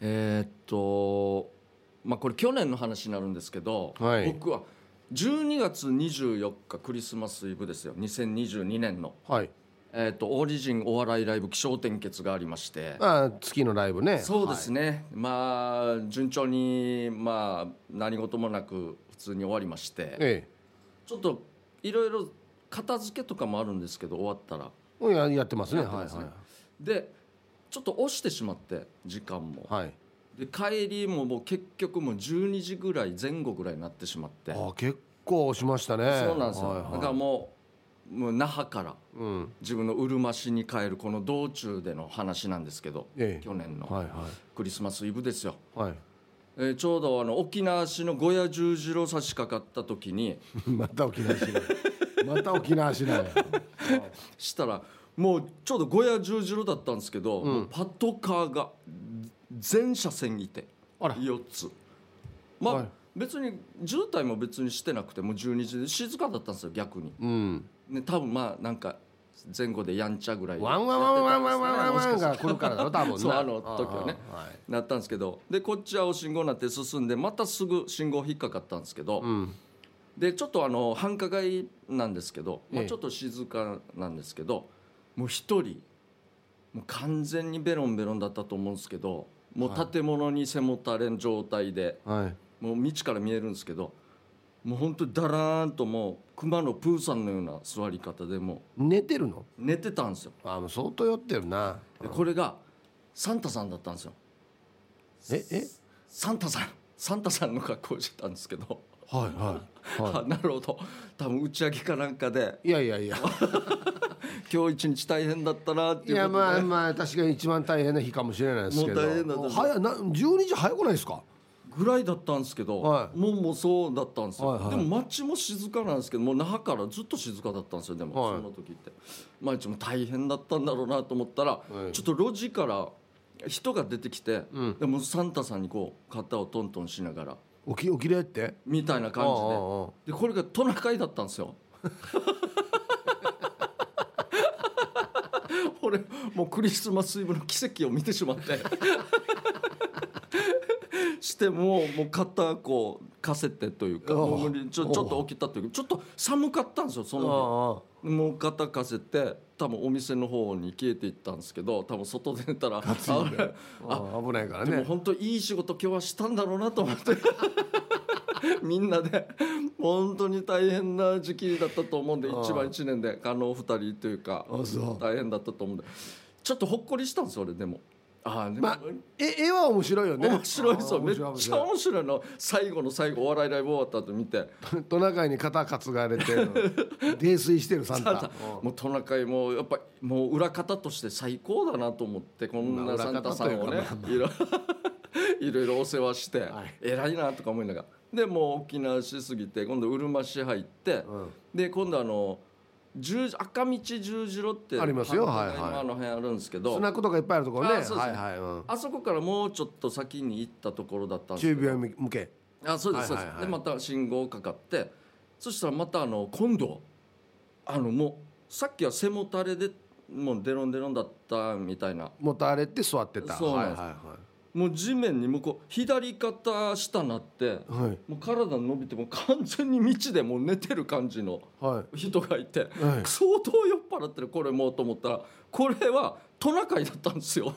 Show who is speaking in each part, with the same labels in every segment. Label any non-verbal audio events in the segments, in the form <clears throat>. Speaker 1: えーっとまあこれ去年の話になるんですけど、
Speaker 2: はい
Speaker 1: 僕は12月24日クリスマスイブですよ2022年の、
Speaker 2: はい
Speaker 1: えーっとオリジンお笑いライブ起承転結がありまして
Speaker 2: まあ月のライブね
Speaker 1: そうです
Speaker 2: ね、
Speaker 1: ね、まあ順調にまあ何事もなく普通に終わりまして、
Speaker 2: はいえ
Speaker 1: ちょっといろいろ片付けとかもあるんですけど終わったら
Speaker 2: えややってますね
Speaker 1: やってますね
Speaker 2: は
Speaker 1: でちょっと押してしまって時間も、
Speaker 2: いはい、はい、
Speaker 1: で帰りももう結局もう12時ぐらい前後ぐらいになってしまって
Speaker 2: あ結構しましたね
Speaker 1: そうなんですよ、
Speaker 2: はいはい
Speaker 1: だからもうもう那覇から
Speaker 2: うん
Speaker 1: 自分のうるま市に帰るこの道中での話なんですけど、
Speaker 2: ええ
Speaker 1: 去年の
Speaker 2: はいは
Speaker 1: クリスマスイブですよ、
Speaker 2: い <laughs> はい
Speaker 1: えーちょうどあの沖縄市の五夜十字路差し掛かった時に
Speaker 2: また沖縄市内
Speaker 1: <laughs>
Speaker 2: また沖縄市内
Speaker 1: したらもうちょうど五夜十字路だったんですけど、もうパトカーが全車線いて
Speaker 2: あら
Speaker 1: 4つまあ、
Speaker 2: はい
Speaker 1: 別に渋滞も別にしてなくてもう12時で静かだったんですよ逆に、
Speaker 2: うん
Speaker 1: ね、多分まあなんか前後でやんちゃぐらい
Speaker 2: ワンワンワンワンワンワンワンワンが来るからだろ多分な
Speaker 1: そうあの時はね
Speaker 2: ああはい
Speaker 1: なったんですけどでこっち青信号になって進んでまたすぐ信号引っかかったんですけど、
Speaker 2: うん
Speaker 1: でちょっとあの繁華街なんですけど、まあ、
Speaker 2: ええ
Speaker 1: ちょっと静かなんですけどもう一人もう完全にベロンベロンだったと思うんですけども
Speaker 2: は
Speaker 1: う
Speaker 2: い
Speaker 1: 建物に背もたれん状態で、
Speaker 2: はい
Speaker 1: もう道から見えるんですけどもう本当にだらーんともう熊のプーさんのような座り方でも
Speaker 2: 寝てるの
Speaker 1: う寝てたんですよ
Speaker 2: あもう相当酔ってるな
Speaker 1: でこれがサンタさんだったんですよ
Speaker 2: ええ
Speaker 1: サンタさんサンタさんの格好をしてたんですけど、
Speaker 2: はいはいは
Speaker 1: <laughs> あなるほど多分打ち上げかなんかで
Speaker 2: いいやいやいや
Speaker 1: 今日一日大変だったなっ
Speaker 2: い
Speaker 1: ていう
Speaker 2: や
Speaker 1: ことで
Speaker 2: まあまあ確かに一番大変な日かもしれないですけど
Speaker 1: もう大変だと思う
Speaker 2: 早いな12時早くないですか
Speaker 1: ぐらいだったんですけど、
Speaker 2: はい
Speaker 1: もうもうそうだったんですよ、
Speaker 2: はいはい
Speaker 1: でも街も静かなんですけどもう那覇からずっと静かだったんですよでも、
Speaker 2: はい
Speaker 1: その時って毎日も大変だったんだろうなと思ったら、
Speaker 2: い
Speaker 1: ちょっと路地から人が出てきて、
Speaker 2: うん
Speaker 1: でもうサンタさんにこう肩をトントンしながら
Speaker 2: 起き起きれって
Speaker 1: みたいな感
Speaker 2: ああああああ
Speaker 1: じででこれがトナカイだったんですよ <laughs> 俺もうクリスマスイブの奇跡を見てしまって <laughs> してもうもう肩こうかせてというか
Speaker 2: ああ
Speaker 1: もうちょちょっと起きたというかちょっと寒かったんですよその
Speaker 2: ああ
Speaker 1: 日もう肩かせて多分お店の方に消えていったんですけど多分外出たらあれ
Speaker 2: ああ危ないから
Speaker 1: でも
Speaker 2: ね
Speaker 1: 本当いい仕事今日はしたんだろうなと思って <laughs> みんなで本当に大変な時期だったと思うんで
Speaker 2: ああ
Speaker 1: 一番一年であのお二人というか
Speaker 2: あそう
Speaker 1: 大変だったと思うんでちょっとほっこりしたんです俺でもああでも、
Speaker 2: まあ絵絵は面白いよね
Speaker 1: 面白いです
Speaker 2: あ
Speaker 1: よ
Speaker 2: あ
Speaker 1: め
Speaker 2: 面
Speaker 1: っ
Speaker 2: 白い面
Speaker 1: ちゃ
Speaker 2: 白
Speaker 1: 面白いの最後の最後お笑いライブ終わった後見て
Speaker 2: いトナカイに肩担がれて
Speaker 1: <laughs>
Speaker 2: 泥酔してるサンタ
Speaker 1: サン
Speaker 2: うん
Speaker 1: もうトナカイもやっぱもう裏方として最高だなと思ってこんなサンタさんをね
Speaker 2: まあ裏方
Speaker 1: いろいろいろ <laughs> お世話して、
Speaker 2: はい
Speaker 1: 偉いなとか思いながらでもう沖縄しすぎて今度うるま市入って、
Speaker 2: うん
Speaker 1: で今度あの十字赤道十字路って
Speaker 2: ありますよ
Speaker 1: 繁華街の
Speaker 2: はいはい
Speaker 1: あの辺あるんですけど、
Speaker 2: スナックとかいっぱいあるところね
Speaker 1: ああそうです
Speaker 2: は
Speaker 1: ね
Speaker 2: いはいうん
Speaker 1: あそこからもうちょっと先に行ったところだったんです
Speaker 2: 中
Speaker 1: けど
Speaker 2: 秒向け
Speaker 1: あそうですそう
Speaker 2: は
Speaker 1: で
Speaker 2: い
Speaker 1: す、
Speaker 2: はいはい
Speaker 1: でまた信号かかってそしたらまたあの今度あのもうさっきは背もたれでもうデロンデロンだったみたいな
Speaker 2: もたれて座ってた
Speaker 1: そうなんです
Speaker 2: はい
Speaker 1: もう地面に向こう左肩下なって
Speaker 2: はいはい
Speaker 1: もう体伸びてもう完全に道でもう寝てる感じの
Speaker 2: はい
Speaker 1: 人がいて
Speaker 2: はい
Speaker 1: 相当酔っ払ってるこれもうと思ったらこれはトナカイだったんです
Speaker 2: <laughs>
Speaker 1: よ。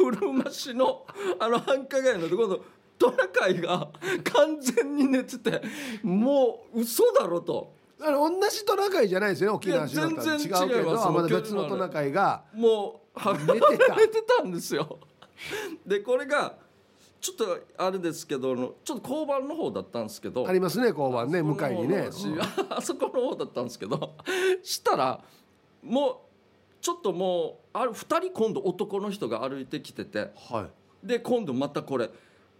Speaker 1: うるま市のあの繁華街のところのトナカイが完全に寝ててもう嘘だろと
Speaker 2: あの同じトナカイじゃないですよね沖縄市の
Speaker 1: いや全然
Speaker 2: 違うけ
Speaker 1: 違います
Speaker 2: どあまた別のトナカイが
Speaker 1: もうは
Speaker 2: 寝て
Speaker 1: <laughs>
Speaker 2: た
Speaker 1: 寝てたんですよ。でこれがちょっとあれですけどあのちょっと交番の方だったんですけど
Speaker 2: ありますね交番ね向かいにね
Speaker 1: そこの方だし <laughs> あそこの方だったんですけどしたらもうちょっともうある2人今度男の人が歩いてきてて
Speaker 2: はい
Speaker 1: で今度またこれ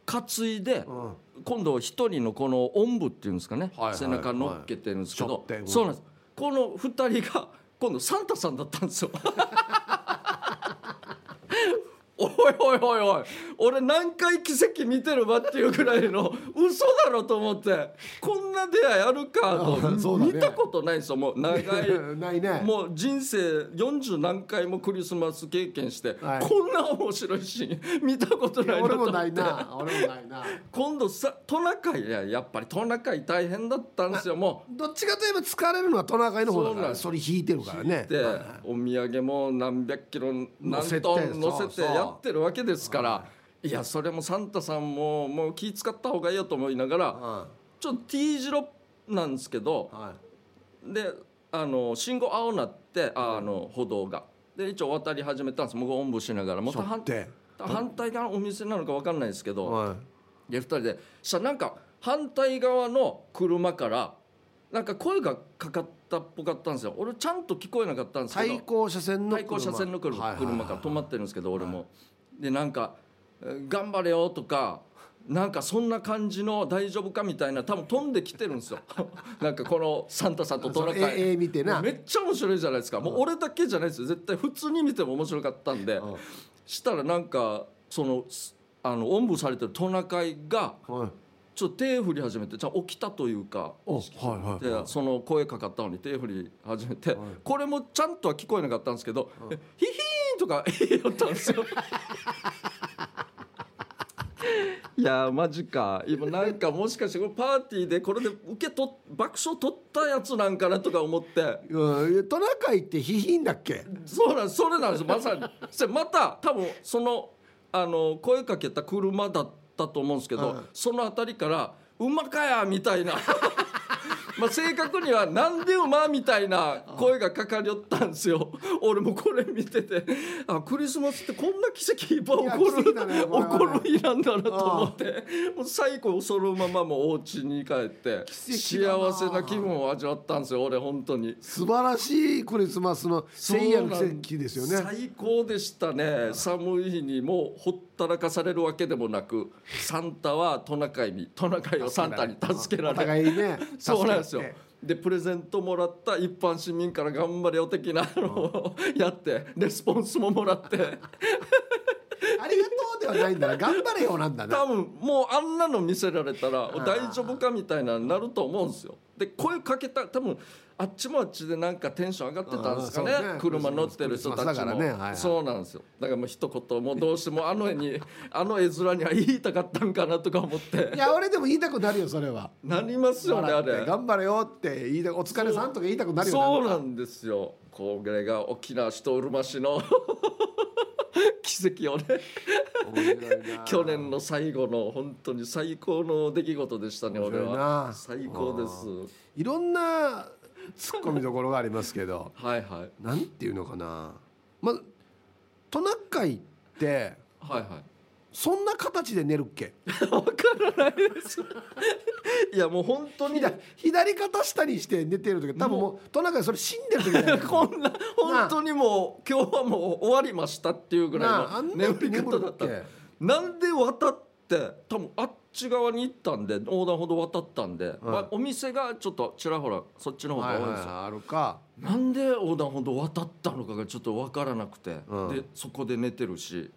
Speaker 1: 担いで
Speaker 2: うん
Speaker 1: 今度一人のこのおんぶっていうんですかね、
Speaker 2: はいはい
Speaker 1: 背中乗っけてるんですけ
Speaker 2: は
Speaker 1: ど
Speaker 2: い、背負ってうん
Speaker 1: そうなんですこの二人が今度サンタ
Speaker 2: <laughs>
Speaker 1: さんだったんですよおいおいおいおい俺何回奇跡見てるわっていうぐらいの嘘だろと思ってこんな出会いあるか
Speaker 2: あ
Speaker 1: と
Speaker 2: そうだね
Speaker 1: 見たことないんですよもう長い
Speaker 2: ないね
Speaker 1: もう人生40何回もクリスマス経験して、
Speaker 2: はい
Speaker 1: こんな面白いシーン見たこと
Speaker 2: い
Speaker 1: な
Speaker 2: や
Speaker 1: い
Speaker 2: 俺も
Speaker 1: と思
Speaker 2: な
Speaker 1: っ
Speaker 2: い
Speaker 1: て
Speaker 2: な俺もないな
Speaker 1: 今度さトナカイいややっぱりトナカイ大変だったんですよもう。
Speaker 2: どっちかといえば疲れるのはトナカイの方だ
Speaker 1: そう
Speaker 2: か
Speaker 1: なん
Speaker 2: ら
Speaker 1: です
Speaker 2: それ引いてるからね
Speaker 1: でお土産も何百キロ何
Speaker 2: 乗せて
Speaker 1: トン
Speaker 2: そ
Speaker 1: 乗
Speaker 2: う
Speaker 1: せて
Speaker 2: そう
Speaker 1: やってるわけですからいやそれもサンタさんももう気使った方がいいよと思いながら
Speaker 2: は
Speaker 1: ちょっと T 字路なんですけど
Speaker 2: いは
Speaker 1: であの信号青なってああの歩道がで一応渡り始めたんです僕おんぶしながらも
Speaker 2: いうそ
Speaker 1: 反
Speaker 2: って
Speaker 1: 反対側のお店なのか分かんないですけど、
Speaker 2: は
Speaker 1: で2人でそしたらなんか反対側の車からなんか声がかかったっぽかったんですよ俺ちゃんと聞こえなかったん
Speaker 2: い
Speaker 1: ですけ
Speaker 2: 対
Speaker 1: ど
Speaker 2: 向車線の
Speaker 1: 対向車線の車,、車から止ま
Speaker 2: っ
Speaker 1: ってるんですけど俺も、でなんかえー「頑張れよ」とかなんかそんな感じの「大丈夫か?」みたいな多分飛んできてるんですよ <laughs> なんかこのサンタさんとトナカイ
Speaker 2: ええ見てな
Speaker 1: めっちゃ面白いじゃないですかもう俺だけじゃないですよ絶対普通に見ても面白かったんで
Speaker 2: うん
Speaker 1: したらなんかそのすあのおんぶされてるトナカイが
Speaker 2: はい
Speaker 1: ちょっと手振り始めてじゃあ起きたというか
Speaker 2: おはい
Speaker 1: で
Speaker 2: は
Speaker 1: その声かかったのに手振り始めて、
Speaker 2: い
Speaker 1: これもちゃんとは聞こえなかったんですけど「えヒヒーン!」とか言いよったんですよ。いやーマジか今なんかもしかしてこれパーティーでこれで受け取っ爆笑取ったやつなんかなとか思って
Speaker 2: いうんトナカイってヒヒンだっけ
Speaker 1: そうなんそれなんですまさにそれまた多分そのあの声かけた車だったと思うんですけど、
Speaker 2: うん
Speaker 1: その辺りから「馬かや!」みたいな <laughs> まあ正確には「なんで馬?」みたいな声がかかりよったんですよ俺もこれ見ててあクリスマスってこんな奇跡いっぱい起こ
Speaker 2: いや奇
Speaker 1: る、
Speaker 2: 跡だねこれはね
Speaker 1: 起こる日なんだなと思ってもう最後そのままもうお家に帰って
Speaker 2: 奇跡だな
Speaker 1: 幸せな気分を味わったんですよ俺本当に。
Speaker 2: 素晴らしいクリスマスの聖夜の奇跡ですよね
Speaker 1: 最高でしたね寒い日にもうほったらかされるわけでもなくサンタはトナカイにトナカイをサンタに助けら
Speaker 2: お
Speaker 1: れ
Speaker 2: 互いね
Speaker 1: そうなんですよ
Speaker 2: 助け合って
Speaker 1: でプレゼントもらった一般市民から頑張れよ的なのをやってレスポンスももらって
Speaker 2: ありがとうではないんだな頑張れよなんだ
Speaker 1: <laughs>
Speaker 2: な
Speaker 1: 多分もうあんなの見せられたら
Speaker 2: ー
Speaker 1: 大丈夫かみたいなのになると思うんですよで声かけた多分あっちもあっちでなんかテンション上がってたんですかね
Speaker 2: うんそうね
Speaker 1: 車乗ってる人た
Speaker 2: ク
Speaker 1: ち
Speaker 2: リスマスだ
Speaker 1: も、
Speaker 2: からねはいはい
Speaker 1: そうなんですよだからもう一言もうどうしてもあの絵に <laughs> あの絵面には言いたかったんかなとか思って
Speaker 2: いや俺でも言いたくなるよそれは
Speaker 1: なりますよねあれ
Speaker 2: 頑張れよって言いたお疲れさんとか言いたくなるよ
Speaker 1: そうなんですよこれが沖縄市とうるま市の <laughs> 奇跡をね去年
Speaker 2: の
Speaker 1: の最後の本当に最高の出来事でしたね
Speaker 2: 面
Speaker 1: 俺
Speaker 2: 白いな
Speaker 1: は最高です
Speaker 2: いろんな突っ込みどころがありますけど
Speaker 1: はいはい
Speaker 2: なんていうのかなまトナカイって
Speaker 1: はいは
Speaker 2: そんな形で寝るっ
Speaker 1: <laughs>
Speaker 2: け
Speaker 1: いわからないですいやもう本当に
Speaker 2: 左左肩下にして寝てる時多分もうトナカイそれ死んでる時
Speaker 1: <laughs>
Speaker 2: だよ
Speaker 1: こんな本当にもう今日はもう終わりましたっていうぐ
Speaker 2: なあ
Speaker 1: ら
Speaker 2: あ
Speaker 1: い
Speaker 2: ん
Speaker 1: の
Speaker 2: な
Speaker 1: 眠
Speaker 2: に
Speaker 1: り
Speaker 2: 眠
Speaker 1: 方
Speaker 2: る
Speaker 1: だ
Speaker 2: っ
Speaker 1: った
Speaker 2: け
Speaker 1: なんで渡って多分あっち側に行ったんで横断歩道渡ったんで、まあ、お店がちょっとちらほらそっちの方が
Speaker 2: は
Speaker 1: 多い
Speaker 2: い
Speaker 1: ん
Speaker 2: はい
Speaker 1: ですよ、
Speaker 2: はいあるか
Speaker 1: なんで横断歩道渡ったのかがちょっと分からなくて、
Speaker 2: うん
Speaker 1: でそこで寝てるし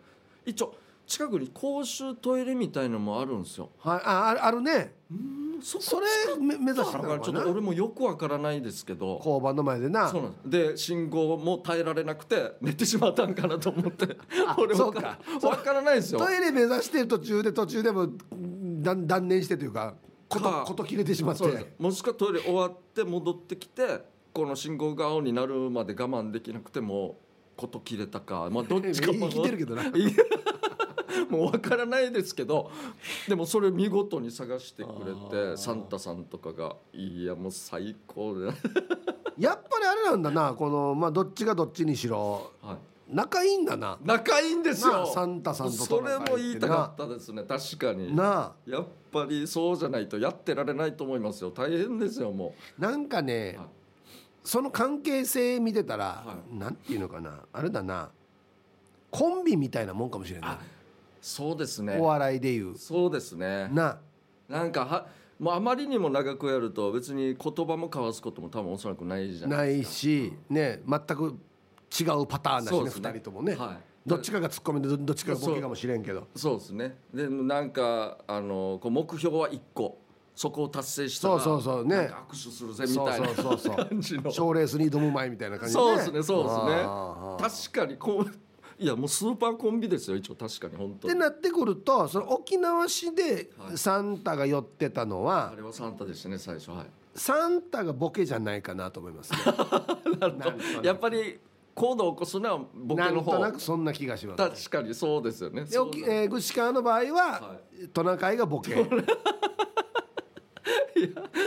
Speaker 1: 一応近くに公衆トイレみたいのもあるんですよ
Speaker 2: はいああるあるね
Speaker 1: そこ
Speaker 2: それめ目指してた
Speaker 1: だから
Speaker 2: の
Speaker 1: ちょ
Speaker 2: か
Speaker 1: っと
Speaker 2: な
Speaker 1: 俺もよく分からないですけど
Speaker 2: 交番の前でな
Speaker 1: そうなんですで信号も耐えられなくて寝てしまったんかなと思って <laughs> 俺
Speaker 2: そ
Speaker 1: 分
Speaker 2: う
Speaker 1: か <laughs>
Speaker 2: か
Speaker 1: 分からないですよ
Speaker 2: トイレ目指してる途中で途中でもだん断念してというかこと
Speaker 1: か
Speaker 2: こと切れてしまって
Speaker 1: そうですもしくはトイレ終わって戻ってきてこの信号が青になるまで我慢できなくてもこと切れたか、 <laughs> まあ、どっちか
Speaker 2: 生きてるけどな
Speaker 1: いや <laughs> もう分からないですけどでもそれ見事に探してく
Speaker 2: あ
Speaker 1: れて
Speaker 2: ー
Speaker 1: サンタさんとかがいやもう最高で、はい、 <laughs>
Speaker 2: やっぱりあれなんだなこのまあどっちがどっちにしろ仲いいんだな
Speaker 1: 仲いいんです
Speaker 2: な
Speaker 1: よ
Speaker 2: あサンタさんと
Speaker 1: そ
Speaker 2: トナ
Speaker 1: れ
Speaker 2: カイってな
Speaker 1: も言いたかったですね確かに
Speaker 2: なあ
Speaker 1: やっぱりそうじゃないとやってられないと思いますよ大変ですよも
Speaker 2: なんかね、
Speaker 1: はい
Speaker 2: その関係性見てたら、
Speaker 1: は
Speaker 2: なんていうのかなあれだなコンビみたいなもんかもしれな
Speaker 1: あうそうです
Speaker 2: い、
Speaker 1: ね
Speaker 2: お笑いでいう
Speaker 1: そうですね
Speaker 2: な
Speaker 1: なんかはもうあまりにも長くやると別に言葉も交わすことも多分おそらくないじゃん
Speaker 2: ないしね全く違うパターンだし
Speaker 1: そう
Speaker 2: ね
Speaker 1: ですね
Speaker 2: 2人ともね、
Speaker 1: はい
Speaker 2: どっちかがツッコミでどどっちかがボケかもしれんけど
Speaker 1: そうですねでなんかあのこう目標は1個そこを達成したら
Speaker 2: そうそうそうね
Speaker 1: なんか握手するぜみたいな
Speaker 2: そうそうそうそう
Speaker 1: 感じの
Speaker 2: 賞ーレースに挑む前みたいな感じ
Speaker 1: そうですねそうですね
Speaker 2: あー
Speaker 1: 確かにこういやもうスーパーコンビですよ一応確かに本
Speaker 2: っ
Speaker 1: 当
Speaker 2: て
Speaker 1: に
Speaker 2: なってくるとその沖縄市で
Speaker 1: はい
Speaker 2: サンタが寄ってたのは、
Speaker 1: あれはサンタでしたね最初はい
Speaker 2: サンタがボケじゃないかなと思
Speaker 1: <laughs>
Speaker 2: いますねなんとなく
Speaker 1: やっぱり行動を起こすのは僕
Speaker 2: な
Speaker 1: の
Speaker 2: んと
Speaker 1: 方
Speaker 2: なくそんな気がします
Speaker 1: 確かにそうですよね
Speaker 2: で、
Speaker 1: そう
Speaker 2: 沖えー、串川の場合は
Speaker 1: は、
Speaker 2: トナカイがボケ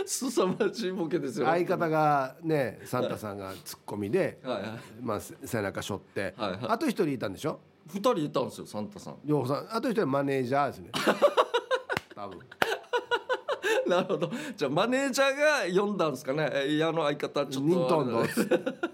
Speaker 1: すさまじいボケですよ
Speaker 2: 相方がねサンタさんがツッコミで、
Speaker 1: はいはい
Speaker 2: まあ、せ背中背負って、
Speaker 1: はいはい
Speaker 2: あと一人いたんでしょ
Speaker 1: 二人いたんですよサンタさん
Speaker 2: 両方さんあと一人はマネージャーです
Speaker 1: <laughs>
Speaker 2: ね多分
Speaker 1: なるほどじゃあマネージャーが呼んだんですかねえいやあの相方ちょっ
Speaker 2: ニン
Speaker 1: と
Speaker 2: ト
Speaker 1: あ
Speaker 2: ン
Speaker 1: れ
Speaker 2: ド
Speaker 1: だ
Speaker 2: っ
Speaker 1: ね
Speaker 2: つっ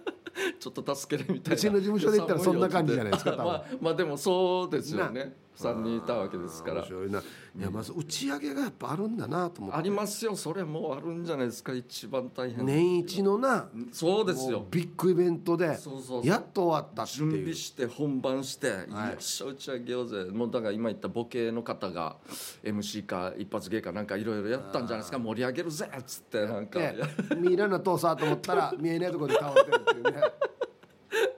Speaker 1: <laughs> ちょっと助けるみたいな
Speaker 2: うちの事務所で言ったらそんな感じじゃないですか
Speaker 1: いや寒よって <laughs> まあまあでもそうですよね三人いたわけですから
Speaker 2: 面白いないやまず打ち上げがやっぱあるんだなと思
Speaker 1: あ
Speaker 2: って
Speaker 1: りますよそれもうあるんじゃないですか一番大変
Speaker 2: 年一のな
Speaker 1: そうですよ
Speaker 2: もうビッグイベントで
Speaker 1: そうそうそう
Speaker 2: やっと終わったって
Speaker 1: 準
Speaker 2: い
Speaker 1: 備
Speaker 2: う
Speaker 1: して本番して、
Speaker 2: はい
Speaker 1: よっしゃ打ち上げようぜもうだから今言ったボケの方が MC か一発芸かなんかいろいろやったんじゃないですか盛り上げるぜっつってなんか、
Speaker 2: ね見らな通さと思っ
Speaker 1: <laughs>
Speaker 2: たら見えないところで倒れてるっていうね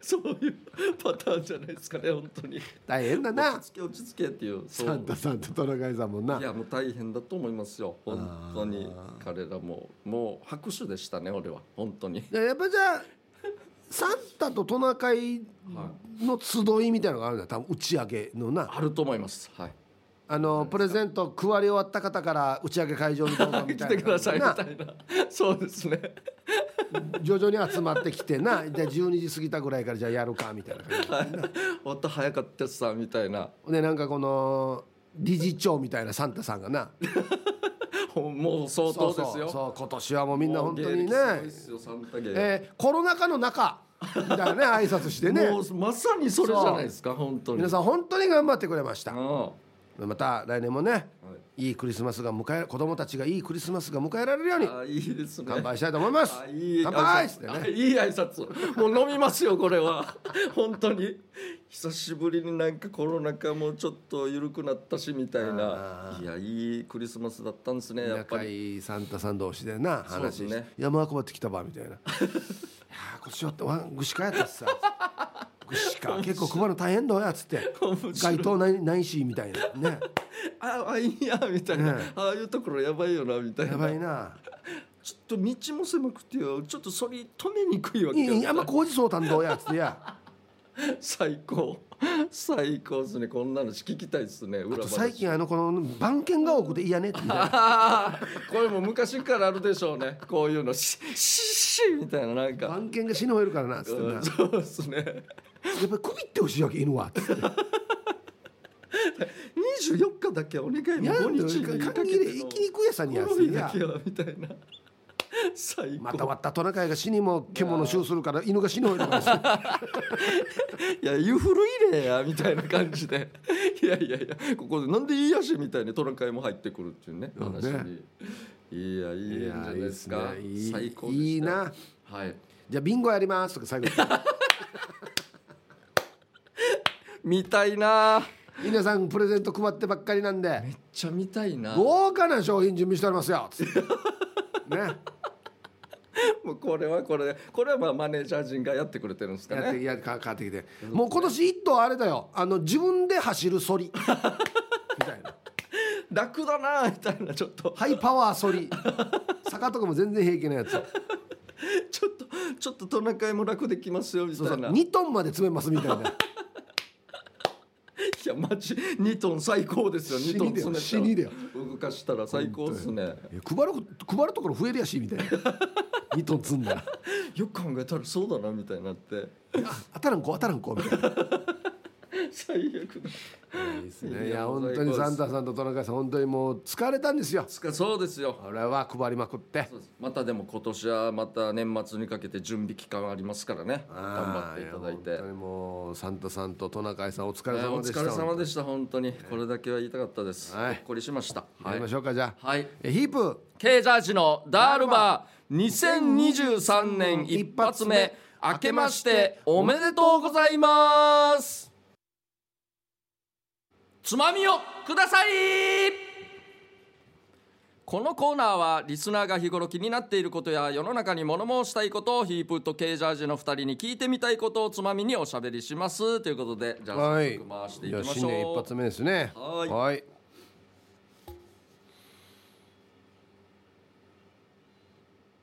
Speaker 1: そういうパターンじゃないですかね本当に
Speaker 2: 大変だ
Speaker 1: 落
Speaker 2: な
Speaker 1: ち着け落ち着けっていうそう
Speaker 2: サンタさんとトナカイさんもない
Speaker 1: やもう大変だと思いますよ本当に彼らももう拍手でしたね俺は本当に
Speaker 2: でやっぱじゃあサンタとトナカイの集いみたいなのがあるんだ多分打ち上げのな
Speaker 1: あると思いますはい
Speaker 2: あのプレゼント配り終わった方から打ち上げ会場にどうぞ
Speaker 1: <laughs>
Speaker 2: み
Speaker 1: 来
Speaker 2: たいな
Speaker 1: てくださいみ
Speaker 2: な
Speaker 1: たいなそうですね
Speaker 2: 徐々に集まってきてなじゃあ12時過ぎたぐらいからじゃあやるかみたいな感じ
Speaker 1: <laughs> また早かったさみたいな
Speaker 2: でなんかこの理事長みたいなサンタさんがな
Speaker 1: ほんもう相当ですよ
Speaker 2: そうそう今年はもうみんな本当
Speaker 1: も
Speaker 2: にね
Speaker 1: う芸歴すごいっすよサンタ芸
Speaker 2: えーコロナ禍の中みた
Speaker 1: <laughs>
Speaker 2: いなね挨拶してね
Speaker 1: もうまさにそれじゃないですか本当に
Speaker 2: 皆さん本当に頑張ってくれました
Speaker 1: うんは
Speaker 2: また来年もねいいクリスマスが迎え子供たちがいいクリスマスが迎えられるよう
Speaker 1: い
Speaker 2: に
Speaker 1: あいいですね
Speaker 2: 乾杯したいと思います
Speaker 1: あいい
Speaker 2: 乾杯っつって
Speaker 1: あ
Speaker 2: ね
Speaker 1: いい挨拶もう飲みますよこれは <laughs> 本当に久しぶりになんかコロナ禍もちょっと緩くなったしみたい
Speaker 2: あ
Speaker 1: な
Speaker 2: ー
Speaker 1: いやいいクリスマスだったんですねやっぱ
Speaker 2: 仲
Speaker 1: り
Speaker 2: いいサンタさん同士でな
Speaker 1: そうです
Speaker 2: 話し
Speaker 1: ね
Speaker 2: て「山運ばってきたば」
Speaker 1: <laughs>
Speaker 2: みたいな「いやー今年はってわぐしかやったっすさ」ぐしか結構配るの大変だや」っつって「街灯ないないし」みたいなね
Speaker 1: <laughs> ああいいやみたいな、
Speaker 2: ね
Speaker 1: ああいうところやばいよなみたいな
Speaker 2: やば
Speaker 1: <laughs>
Speaker 2: いな
Speaker 1: ちょっと道も狭くてよちょっとそれ止めにくいわ
Speaker 2: 「い
Speaker 1: け
Speaker 2: い
Speaker 1: よ
Speaker 2: いいあんま工事相談どうや」っつってや
Speaker 1: <laughs> 最高最高ですねこんなの聞きたいですね
Speaker 2: あ
Speaker 1: 裏
Speaker 2: と
Speaker 1: 話
Speaker 2: 最近あのこの番犬が多くて嫌ねってみたいな
Speaker 1: あー <laughs> これも昔からあるでしょうねこういうのシッシッみたいな <laughs> なんか
Speaker 2: 番犬が死ぬほえるからなっつってな
Speaker 1: う
Speaker 2: や
Speaker 1: ん
Speaker 2: っ
Speaker 1: そうですね
Speaker 2: ぱり首ってほしいわけ犬
Speaker 1: <laughs>
Speaker 2: はっつって
Speaker 1: 24日だけお願い
Speaker 2: や
Speaker 1: もう5
Speaker 2: んで
Speaker 1: 日に
Speaker 2: 関係で生きにくいやさにやっつっ
Speaker 1: この
Speaker 2: て
Speaker 1: 日だ
Speaker 2: な
Speaker 1: けはみたいな最
Speaker 2: また
Speaker 1: 高
Speaker 2: 割ったトナカイが死にも獣臭するから犬が死ぬほえるからっつって
Speaker 1: <laughs> いや湯古入れやみたいな感じで <laughs> いやいやいやここでなんでいいやしみたいにトナカイも入ってくるっていうね
Speaker 2: うんね
Speaker 1: 話にいやいいんじゃないですか
Speaker 2: いやいいですねいい
Speaker 1: 最高でした
Speaker 2: いいな
Speaker 1: はい
Speaker 2: じゃあビンゴやりますとか最
Speaker 1: <laughs>
Speaker 2: 後に
Speaker 1: 見たいな
Speaker 2: 皆さんプレゼント配ってばっかりなんで
Speaker 1: めっちゃ見たいなも
Speaker 2: 豪華な商品準備しております
Speaker 1: <laughs>
Speaker 2: よつってね
Speaker 1: うこれはこれでこれはまあマネージャー陣がやってくれてるんですか
Speaker 2: やっ
Speaker 1: ね
Speaker 2: てやか買ってきてもう今年一頭あれだよあの自分で走る
Speaker 1: <laughs>
Speaker 2: ソリみたいな
Speaker 1: 楽だなみたいなちょっと
Speaker 2: ハイパワーソリ坂とかも全然平気なやつ
Speaker 1: ちょっとちょっとトナカイも楽できますよみた
Speaker 2: そうそう
Speaker 1: いな
Speaker 2: 2トンまで詰めますみたいない
Speaker 1: やマジ2トン最高ですよ2トン詰めたら
Speaker 2: 死にだよ
Speaker 1: 動かしたら最高ですね
Speaker 2: え配る配るところ増えるやしみたいな2トン積
Speaker 1: <laughs>
Speaker 2: んだら
Speaker 1: よく考えたらそうだなみたいになって
Speaker 2: あ当たらんこ当たらんこみたいな
Speaker 1: <laughs> 最悪だ
Speaker 2: いいですねい
Speaker 1: いや
Speaker 2: や本当にサンタさんとトナカイさん本当にもう疲れたんですよ
Speaker 1: つかそうですよ
Speaker 2: 俺は配りまくって
Speaker 1: そうですまたでも今年はまた年末にかけて準備期間ありますからね頑張っていただいて
Speaker 2: や本当にもうサンタさんとトナカイさんお疲れ
Speaker 1: えー
Speaker 2: 様
Speaker 1: お
Speaker 2: でした
Speaker 1: 疲れ様でした本当にこれだけは言いたかったです、
Speaker 2: はい
Speaker 1: ほっこりしました
Speaker 2: や
Speaker 1: は
Speaker 2: り
Speaker 1: い
Speaker 2: ましょうかじゃあ、
Speaker 1: はい
Speaker 2: えヒープ
Speaker 1: ケージャージのダールバー2023年一発目明けましておめでとうございますつまみをくださいこのコーナーはリスナーが日頃気になっていることや世の中に物申したいことをヒープーとケージャージの2人に聞いてみたいことをつまみにおしゃべりしますということでじゃあ
Speaker 2: は
Speaker 1: 早
Speaker 2: い
Speaker 1: 速回してい
Speaker 2: じ
Speaker 1: き
Speaker 2: ゃあ
Speaker 1: まし
Speaker 2: 新
Speaker 1: ょう、
Speaker 2: 年一発目ですね
Speaker 1: はい
Speaker 2: はい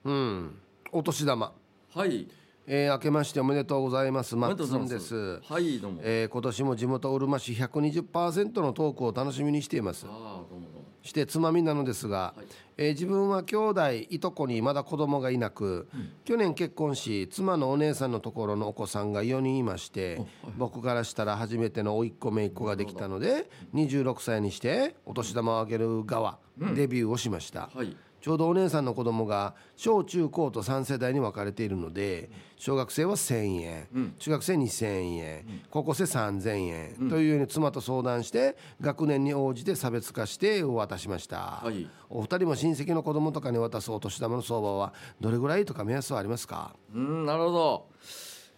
Speaker 2: うんお年玉
Speaker 1: はい
Speaker 2: えー、明けましておめでとうございます。マ
Speaker 1: おめ
Speaker 2: ッ
Speaker 1: でと
Speaker 2: ク
Speaker 1: う
Speaker 2: ス
Speaker 1: ございます
Speaker 2: ンです。
Speaker 1: はいどうも、
Speaker 2: えー、今年も地元うるま市120%のトークを楽しみにしています
Speaker 1: あ。あどうもどうも
Speaker 2: してつまみなのです
Speaker 1: は
Speaker 2: が、
Speaker 1: い
Speaker 2: えー自分は兄弟いとこにまだ子供がいなく、去年結婚し妻のお姉さんのところのお子さんが4人いまして、僕からしたら初めての甥っ子姪っ子ができたので26歳にしてお年玉をあげる側、デビューをしました、
Speaker 1: はい
Speaker 2: ちょうどお姉さんの子供が小中高と3世代に分かれているので小学生は1,000円、中学生2,000円、高校生3,000円、というように妻と相談して学年に応じて差別化してお渡しました、
Speaker 1: はい
Speaker 2: お二人も親戚の子供とかに渡すお年玉の相場はどれぐらいとか目安はありますか
Speaker 1: うんなるほど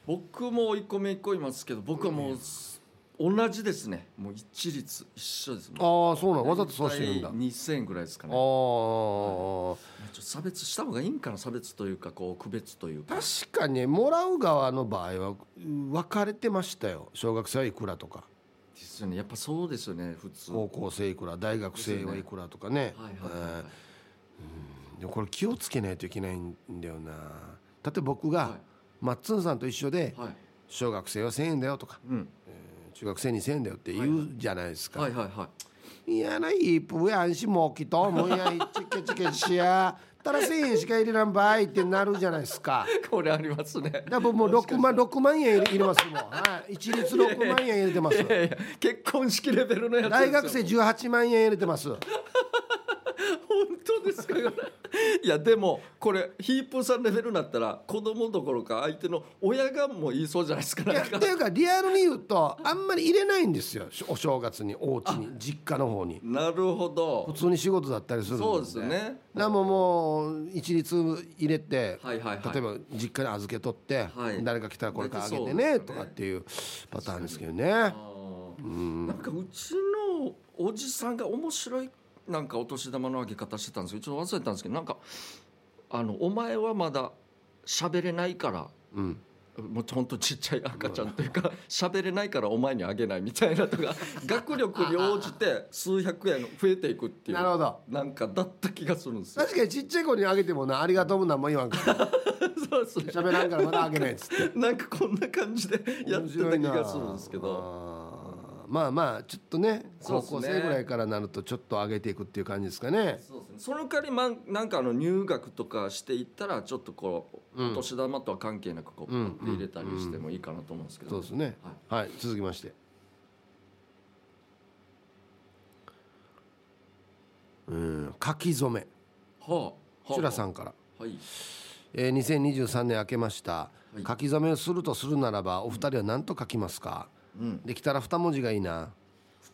Speaker 1: 僕も1個目1個いますけど僕はもう同じですねもう一律一緒ですもう
Speaker 2: ああそうなのわざとそうしてるんだあ
Speaker 1: 大体2000円ぐらいですかね
Speaker 2: あー
Speaker 1: ちょっと差別した方がいいんかな差別というかこう区別というか
Speaker 2: 確かにもらう側の場合はうん分かれてましたよ小学生はいくらとか
Speaker 1: ですよねやっぱそうですよね普通
Speaker 2: 高校生いくら大学生はいくらとかね
Speaker 1: はいはいはいはい
Speaker 2: でもこれ気をつけないといけないんだよな例えば僕が、
Speaker 1: はい
Speaker 2: マッツンさんと一緒で、
Speaker 1: はい
Speaker 2: 小学生は1,000円だよとか
Speaker 1: うん
Speaker 2: 中学生2,000円だよって言うじゃないですか、
Speaker 1: はいはいはい
Speaker 2: やない不安心もきともやいちけちけしやたら1,000円しか入れらんばいってなるじゃないですか。
Speaker 1: いこれありますね
Speaker 2: だから僕もう6万六万円入れ入れますもん、はい、一律6万円入れてま
Speaker 1: い
Speaker 2: す
Speaker 1: やいや結婚式レベルのやつですよ
Speaker 2: 大学生18万円入れてます
Speaker 1: 本当ですかこれいやでもこれヒープーさんレベルになったら子供どころか相手の親がもう言いそうじゃないですか
Speaker 2: い
Speaker 1: なん
Speaker 2: やっ
Speaker 1: か
Speaker 2: ていうかリアルに言うとあんまり入れないんですよお正月にお家に実家の方に
Speaker 1: なるほ
Speaker 2: 普
Speaker 1: ど
Speaker 2: 通に仕事だったりするんで
Speaker 1: そうですね
Speaker 2: なもうもう一律入れて、
Speaker 1: はいはいはい
Speaker 2: 例えば実家に預けとって、
Speaker 1: はい
Speaker 2: 誰か来たらこれからあげて
Speaker 1: できそうです
Speaker 2: ね
Speaker 1: ね
Speaker 2: とかっていうパターンですけどね
Speaker 1: あーなんかうちのおじさんが面白いなんかお年玉のあげ方してたんですけどちょっと忘れたんですけどなんかあの「お前はまだ喋れないから」
Speaker 2: うん
Speaker 1: もうほんとちっちゃい赤ちゃんというか喋れないからお前にあげないみたいなとか学力に応じて数百円増えていくっていう
Speaker 2: なるほど
Speaker 1: なんかだった気がするんです
Speaker 2: <laughs>
Speaker 1: よ
Speaker 2: 確かにちっちゃい子にあげてもなありがとうもなんも言わんから
Speaker 1: <laughs> そうですね
Speaker 2: 喋らんからまだあげないっつって
Speaker 1: なんかこんな感じで <laughs> やってた気がするんですけ
Speaker 2: 面白いな
Speaker 1: ど
Speaker 2: あーまあまあちょっとね
Speaker 1: そう
Speaker 2: 高
Speaker 1: っすね
Speaker 2: 校生ぐらいからなるとちょっと上げていくっていう感じですかね
Speaker 1: そうですねその代わりまなんかあの入学とかしていったらちょっとこう、
Speaker 2: うん
Speaker 1: お年玉とは関係なくこう、
Speaker 2: う
Speaker 1: ポン
Speaker 2: ん
Speaker 1: って入れたりしてもいいかなと思うんですけど、
Speaker 2: そうですねはい、続きましてうん書き初め
Speaker 1: はあはあ
Speaker 2: チュラさんから、
Speaker 1: はい
Speaker 2: えー、2023年明けました、
Speaker 1: はい
Speaker 2: 書き初めをするとするならばお二人は何と書きますか、
Speaker 1: うん
Speaker 2: できたら二文字がいいな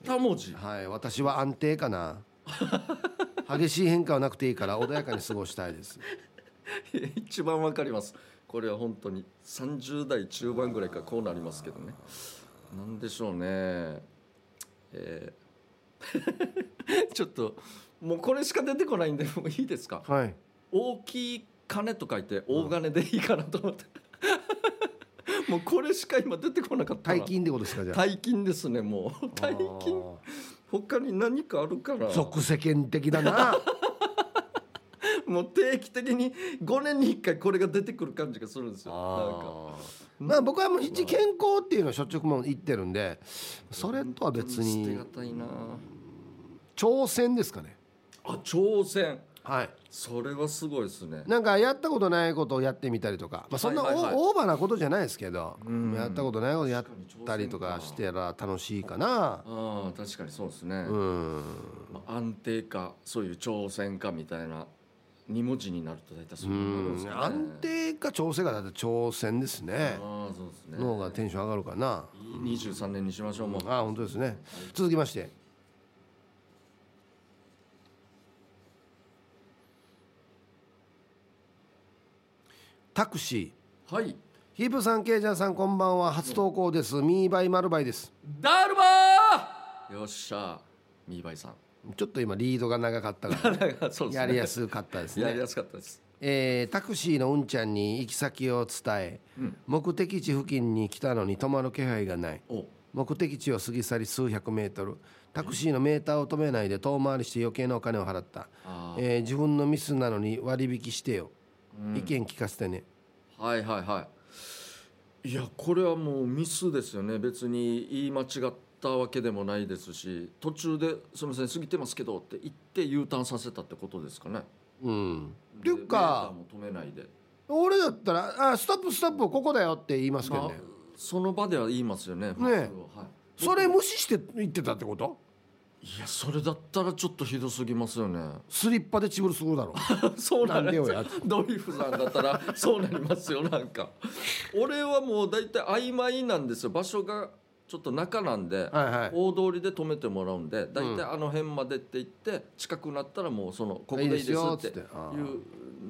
Speaker 1: 二文字 <laughs>
Speaker 2: はい私は安定かな激しい変化はなくていいから穏やかに過ごしたいです
Speaker 1: 一番わかりますこれは本当に30代中盤ぐらいからこうなりますけどねなんでしょうねえー <laughs> ちょっともうこれしか出てこないんでもういいですか
Speaker 2: はい
Speaker 1: 大きい金と書いて大金でいいかなと思って、 <laughs> もうこれしか今出てこなかったな
Speaker 2: 大金ってことですかじゃあ
Speaker 1: 大金ですねもう大金他に何かあるかな
Speaker 2: 即世間的だな
Speaker 1: もう定期的に5年に1回これが出てくる感じがするんですよなんか
Speaker 2: あーまあ僕はもう一健康っていうのをしょっちゅうも言ってるんでそれとは別
Speaker 1: 捨て
Speaker 2: に
Speaker 1: がたいな
Speaker 2: 挑戦ですかね
Speaker 1: あ挑戦
Speaker 2: はい
Speaker 1: それはすごいですね
Speaker 2: なんかやったことないことをやってみたりとか、まあ、そんなお
Speaker 1: はいはいはい
Speaker 2: オーバーなことじゃないですけど、
Speaker 1: ん
Speaker 2: やったことないことやったりとかしてたら楽しいかな
Speaker 1: ああ確かにそうですね、
Speaker 2: うん
Speaker 1: まあ安定かそういう挑戦かみたいな2文字になると大体そう
Speaker 2: う
Speaker 1: いうこと
Speaker 2: ん安定か調整かだって挑戦ですね
Speaker 1: ああそうですね
Speaker 2: 脳がテンション上がるかない
Speaker 1: い23年にしましょうもう
Speaker 2: あ本当ですね続きましてタクシー
Speaker 1: はい
Speaker 2: ヒープさんケイジャーさんこんばんは初投稿ですミーバイマルバイです
Speaker 1: ダルバーよっしゃミーバイさん
Speaker 2: ちょっと今リードが長かったから
Speaker 1: そうですね
Speaker 2: やりやすかったです
Speaker 1: やり
Speaker 2: ね
Speaker 1: やすかったです
Speaker 2: えータクシーのうんちゃんに行き先を伝え、目的地付近に来たのに止まる気配がない
Speaker 1: お
Speaker 2: 目的地を過ぎ去り数百メートルタクシーのメーターを止めないで遠回りして余計なお金を払った
Speaker 1: あ、ー
Speaker 2: えー自分のミスなのに割引してよ、意見聞かせてね
Speaker 1: はいはいはいいやこれはもうミスですよね別に言い間違ったわけでもないですし途中で「すみません過ぎてますけど」って言って U ターンさせたってことですかね
Speaker 2: うんってい
Speaker 1: でメ
Speaker 2: うか
Speaker 1: ーターも止めないで、
Speaker 2: 俺だったら「あストップストップここだよ」って言いますけ
Speaker 1: ま
Speaker 2: ど
Speaker 1: あ
Speaker 2: ね、、
Speaker 1: その場では言いますよね普通は
Speaker 2: ね
Speaker 1: はい
Speaker 2: それ無視して言ってたってこと
Speaker 1: いやそれだったらちょっとひどすぎますよ
Speaker 2: <laughs>
Speaker 1: ね
Speaker 2: スリッパでチブルするだろ
Speaker 1: <laughs> そう
Speaker 2: なんですよなんでよ
Speaker 1: <laughs> ドリフさんだったらそうなりますよなん
Speaker 2: <laughs>
Speaker 1: か俺はもう大体曖昧なんですよ場所がちょっと中なんで、
Speaker 2: はいはい
Speaker 1: 大通りで止めてもらうんで大体あの辺までって言って近くなったらもうそのここでいいです
Speaker 2: よ
Speaker 1: っ
Speaker 2: ってつ
Speaker 1: い
Speaker 2: って
Speaker 1: う
Speaker 2: あ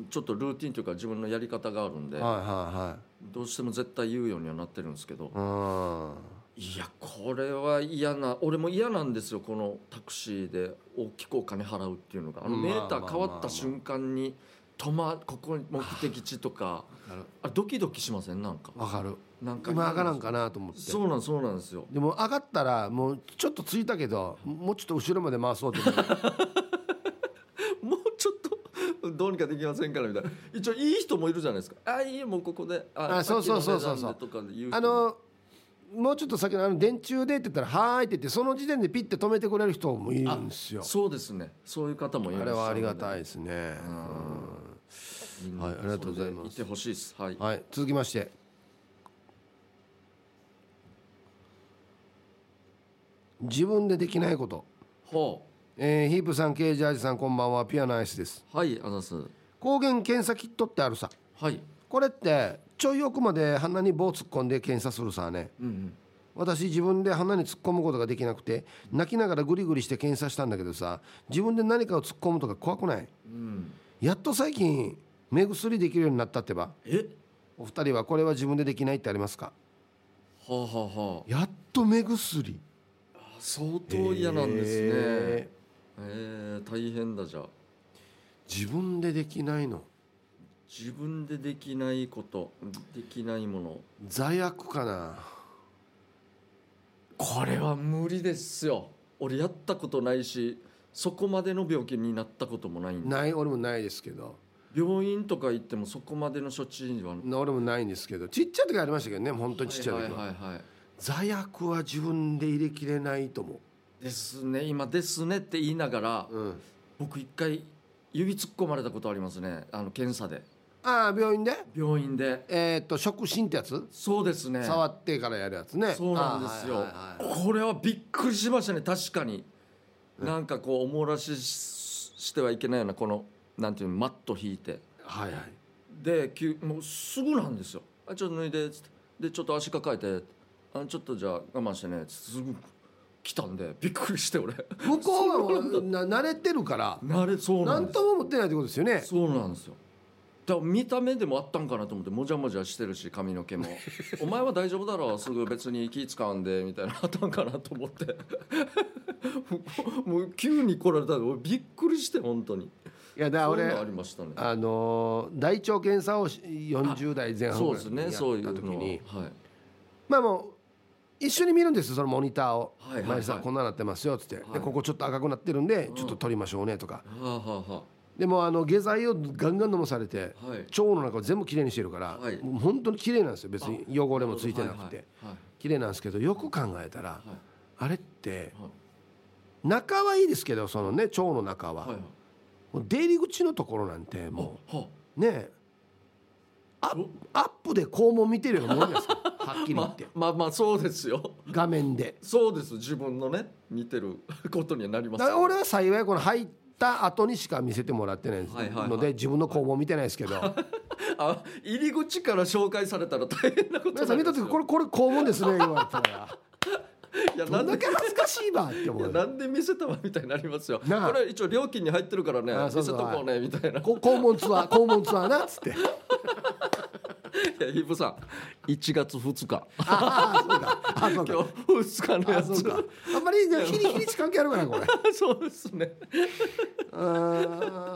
Speaker 1: ちょっとルーティンというか自分のやり方があるんで
Speaker 2: ーは
Speaker 1: どうしても絶対言うようにはなってるんですけど
Speaker 2: いはいはい
Speaker 1: やこれは嫌な俺も嫌なんですよこのタクシーで大きくお金払うっていうのがあの
Speaker 2: ま
Speaker 1: メ
Speaker 2: あ
Speaker 1: ーター変わ
Speaker 2: ま
Speaker 1: っ
Speaker 2: あまあ
Speaker 1: た
Speaker 2: まあ
Speaker 1: 瞬間に止まここに目的地とかあドキドキしませんなんか
Speaker 2: うんわかる
Speaker 1: なんか
Speaker 2: 今上がらんかなと思って
Speaker 1: そうなんそうなんですよ
Speaker 2: でも上がったらもうちょっとついたけどもうちょっと後ろまで回そうと思って
Speaker 1: <laughs>
Speaker 2: <laughs>
Speaker 1: もうちょっとどうにかできませんからみたいな一応いい人もいるじゃないですかあいいよもうここであ
Speaker 2: あそうそうそうそうそう
Speaker 1: さっきの値段でとかで言う人も
Speaker 2: あのもうちょっと先のあの電柱でって言ったら「はーい」って言ってその時点でピッて止めてくれる人もいるんですよ
Speaker 1: そうですねそういう方もいら
Speaker 2: あ
Speaker 1: っし
Speaker 2: れ
Speaker 1: ゃる
Speaker 2: はありがた
Speaker 1: い
Speaker 2: いですね
Speaker 1: は
Speaker 2: はいありがとうございます
Speaker 1: いてほしいですはい
Speaker 2: はい続きまして自分でできないこと、
Speaker 1: ほ
Speaker 2: えーヒープさんケージャージさんこんばんはピアノアイスです
Speaker 1: うはいあざっす
Speaker 2: 抗原検査キットってあるさ
Speaker 1: はい
Speaker 2: これってちょい奥まで鼻に棒突っ込んで検査するさね
Speaker 1: うんうん
Speaker 2: 私自分で鼻に突っ込むことができなくて泣きながらグリグリして検査したんだけどさ自分で何かを突っ込むとか怖くない
Speaker 1: うん、
Speaker 2: やっと最近目薬できるようになったってば
Speaker 1: え
Speaker 2: お二人はこれは自分でできないってありますか
Speaker 1: はあ、はあは
Speaker 2: やっと目薬
Speaker 1: あ、相当嫌なんですね
Speaker 2: へ
Speaker 1: えー大変だじゃあ
Speaker 2: 自分でできないの
Speaker 1: 自分でできないことできないもの
Speaker 2: 罪悪かな
Speaker 1: これは無理ですよ俺やったことないしそこまでの病気になったこともないんで
Speaker 2: ない俺もないですけど
Speaker 1: 病院とか行ってもそこまでの処置は
Speaker 2: 俺もないんですけどちっちゃい時ありましたけどね本当にちっちゃい時は,、
Speaker 1: はいはいはいは
Speaker 2: 罪悪は自分で入れきれないと思
Speaker 1: いですね今「ですね」って言いながら
Speaker 2: う、うん、
Speaker 1: 僕一回指突っ込まれたことありますねあの検査で
Speaker 2: ああ病院で
Speaker 1: 病院で
Speaker 2: えーっと触診ってやつ
Speaker 1: そうですね
Speaker 2: 触ってからやるやつね
Speaker 1: そうなんですよ、
Speaker 2: あーはいはいはい
Speaker 1: これはびっくりしましたね確かに、なんかこうおもらしししてはいけないようなこのなんていうのマット引いて
Speaker 2: はいはい
Speaker 1: で急もうすぐなんですよ「あちょっと脱いで」つって「でちょっと足抱えて」あちょっとじゃあ我慢してね」すぐ来たんでびっくりして俺 <laughs>
Speaker 2: 向こうはもうな慣れてるから
Speaker 1: 慣れそうな
Speaker 2: 何
Speaker 1: んです
Speaker 2: とも思ってないってことですよね
Speaker 1: そうなんですよだから見た目でもあったんかなと思ってもじゃもじゃしてるし髪の
Speaker 2: <laughs>
Speaker 1: 毛も「お前は大丈夫だろうすぐ別に気使うんで」みたいなあったんかなと思ってもう急に来られたんで俺びっくりして本当に
Speaker 2: いやだか
Speaker 1: そう
Speaker 2: ら
Speaker 1: いう
Speaker 2: 俺
Speaker 1: のありましたね
Speaker 2: あのー大腸検査をし40代前半
Speaker 1: そう
Speaker 2: ぐら
Speaker 1: で
Speaker 2: い
Speaker 1: す
Speaker 2: にや
Speaker 1: ね
Speaker 2: っ
Speaker 1: そうい
Speaker 2: た
Speaker 1: う
Speaker 2: 時
Speaker 1: のは、はい
Speaker 2: に、まあもう一緒に見るんですよそのモニターを
Speaker 1: はいはいはい
Speaker 2: 前田さんこんななってますよ」っつって、
Speaker 1: は
Speaker 2: で
Speaker 1: い
Speaker 2: ここちょっと赤くなってるんでちょっと取りましょうね」とか、
Speaker 1: はあはあは
Speaker 2: でもあの下剤をガンガン飲まされて、
Speaker 1: あはい
Speaker 2: 腸の中を全部きれいにしてるから、
Speaker 1: はい
Speaker 2: もう本当にきれいなんですよ別に汚れもついてなく
Speaker 1: はい
Speaker 2: て
Speaker 1: はい
Speaker 2: きれいなんですけどよく考えたら、
Speaker 1: はいはい
Speaker 2: あれって
Speaker 1: はい
Speaker 2: 中はいいですけどそのね腸の中は、
Speaker 1: はいはい
Speaker 2: もう出入り口のところなんても
Speaker 1: は
Speaker 2: うねえアッアップで肛門見てるようなもん
Speaker 1: <laughs>
Speaker 2: ですよはっきり言
Speaker 1: ま
Speaker 2: って、
Speaker 1: まあまあそうですよ
Speaker 2: 画面で
Speaker 1: そうです自分のね見てることにはなります
Speaker 2: だから俺は幸いこの入った後にしか見せてもらってないので、
Speaker 1: はいはいはい
Speaker 2: 自分の肛門見てないですけど、
Speaker 1: あ入り口から紹介されたら大変なことにな
Speaker 2: 皆さん見た時こ
Speaker 1: れ
Speaker 2: れこれ肛門ですね言われたら
Speaker 1: いや <laughs> なん
Speaker 2: どんだ
Speaker 1: で
Speaker 2: け恥ずかしいわって
Speaker 1: い
Speaker 2: 思
Speaker 1: や
Speaker 2: う
Speaker 1: なんで見せたわみたいになりますよこれ
Speaker 2: なあ
Speaker 1: は一応料金に入ってるからね
Speaker 2: あ
Speaker 1: 見
Speaker 2: そう
Speaker 1: せ
Speaker 2: そう
Speaker 1: とこうねみたいな <laughs>
Speaker 2: こ肛門ツアー肛門ツアーなっつって
Speaker 1: やヒップさん1月2日
Speaker 2: ああそうかあそ
Speaker 1: 今
Speaker 2: う
Speaker 1: 日
Speaker 2: か
Speaker 1: 2日のや
Speaker 2: あ
Speaker 1: つ
Speaker 2: そうかあんまりね日に日にち関係あるかなこ
Speaker 1: <laughs>
Speaker 2: れ
Speaker 1: そうですね。
Speaker 2: あ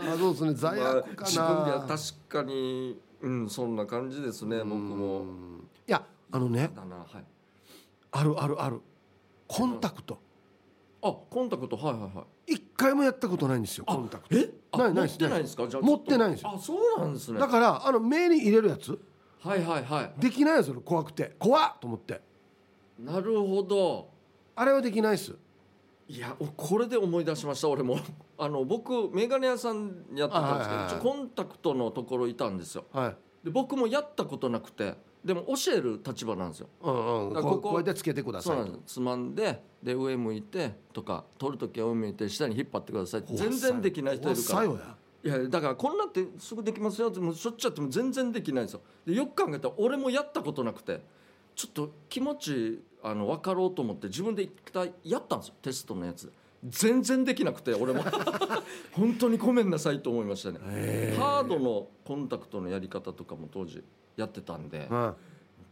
Speaker 2: ーそうですね罪
Speaker 1: まあ
Speaker 2: 悪か
Speaker 1: 自
Speaker 2: な、
Speaker 1: 分では確かに、うん、そんな感じですね。僕も。
Speaker 2: いやあのね
Speaker 1: だな、はい。
Speaker 2: あるあるあるコンタクト
Speaker 1: あ、コンタクト、はいはいはい。
Speaker 2: 一回もやったことないんですよコンタクト
Speaker 1: え、あ
Speaker 2: ないな
Speaker 1: 持
Speaker 2: い
Speaker 1: っ
Speaker 2: です
Speaker 1: てないんですか。じゃあ
Speaker 2: 持ってないんですよ
Speaker 1: あ、そうなんですね。
Speaker 2: だからあの目に入れるやつ
Speaker 1: はいはいは
Speaker 2: できないよそれ怖くて怖っと思って
Speaker 1: い。なるほど。
Speaker 2: あれはできないっす
Speaker 1: いや、おこれで思い出しました。俺も <laughs> あの僕メガネ屋さんやってたんですけど
Speaker 2: あはいはいはい、
Speaker 1: ちょコンタクトのところいたんですよ。
Speaker 2: はい
Speaker 1: で僕もやったことなくて、でも教える立場なんですよ。
Speaker 2: うんうん
Speaker 1: だか
Speaker 2: こ
Speaker 1: ら
Speaker 2: こ
Speaker 1: ここ
Speaker 2: うやってつけてくだ
Speaker 1: そ
Speaker 2: さ
Speaker 1: う
Speaker 2: い
Speaker 1: な
Speaker 2: と
Speaker 1: んですつまんでで上向いてとか取る時は上向いて下に引っ張ってくださいって全然できない人いるから
Speaker 2: 怖さよや
Speaker 1: いやだからこんなんってすぐできますよってもうしょっちゅうやっても全然できないんですよでよく考えたら俺もやったことなくてちょっと気持ちあの分かろうと思って自分で一回やったんですよテストのやつ全然できなくて
Speaker 2: <laughs>
Speaker 1: 俺も本当にごめんなさいと思いましたね
Speaker 2: へー
Speaker 1: ハードのコンタクトのやり方とかも当時やってたんで
Speaker 2: うん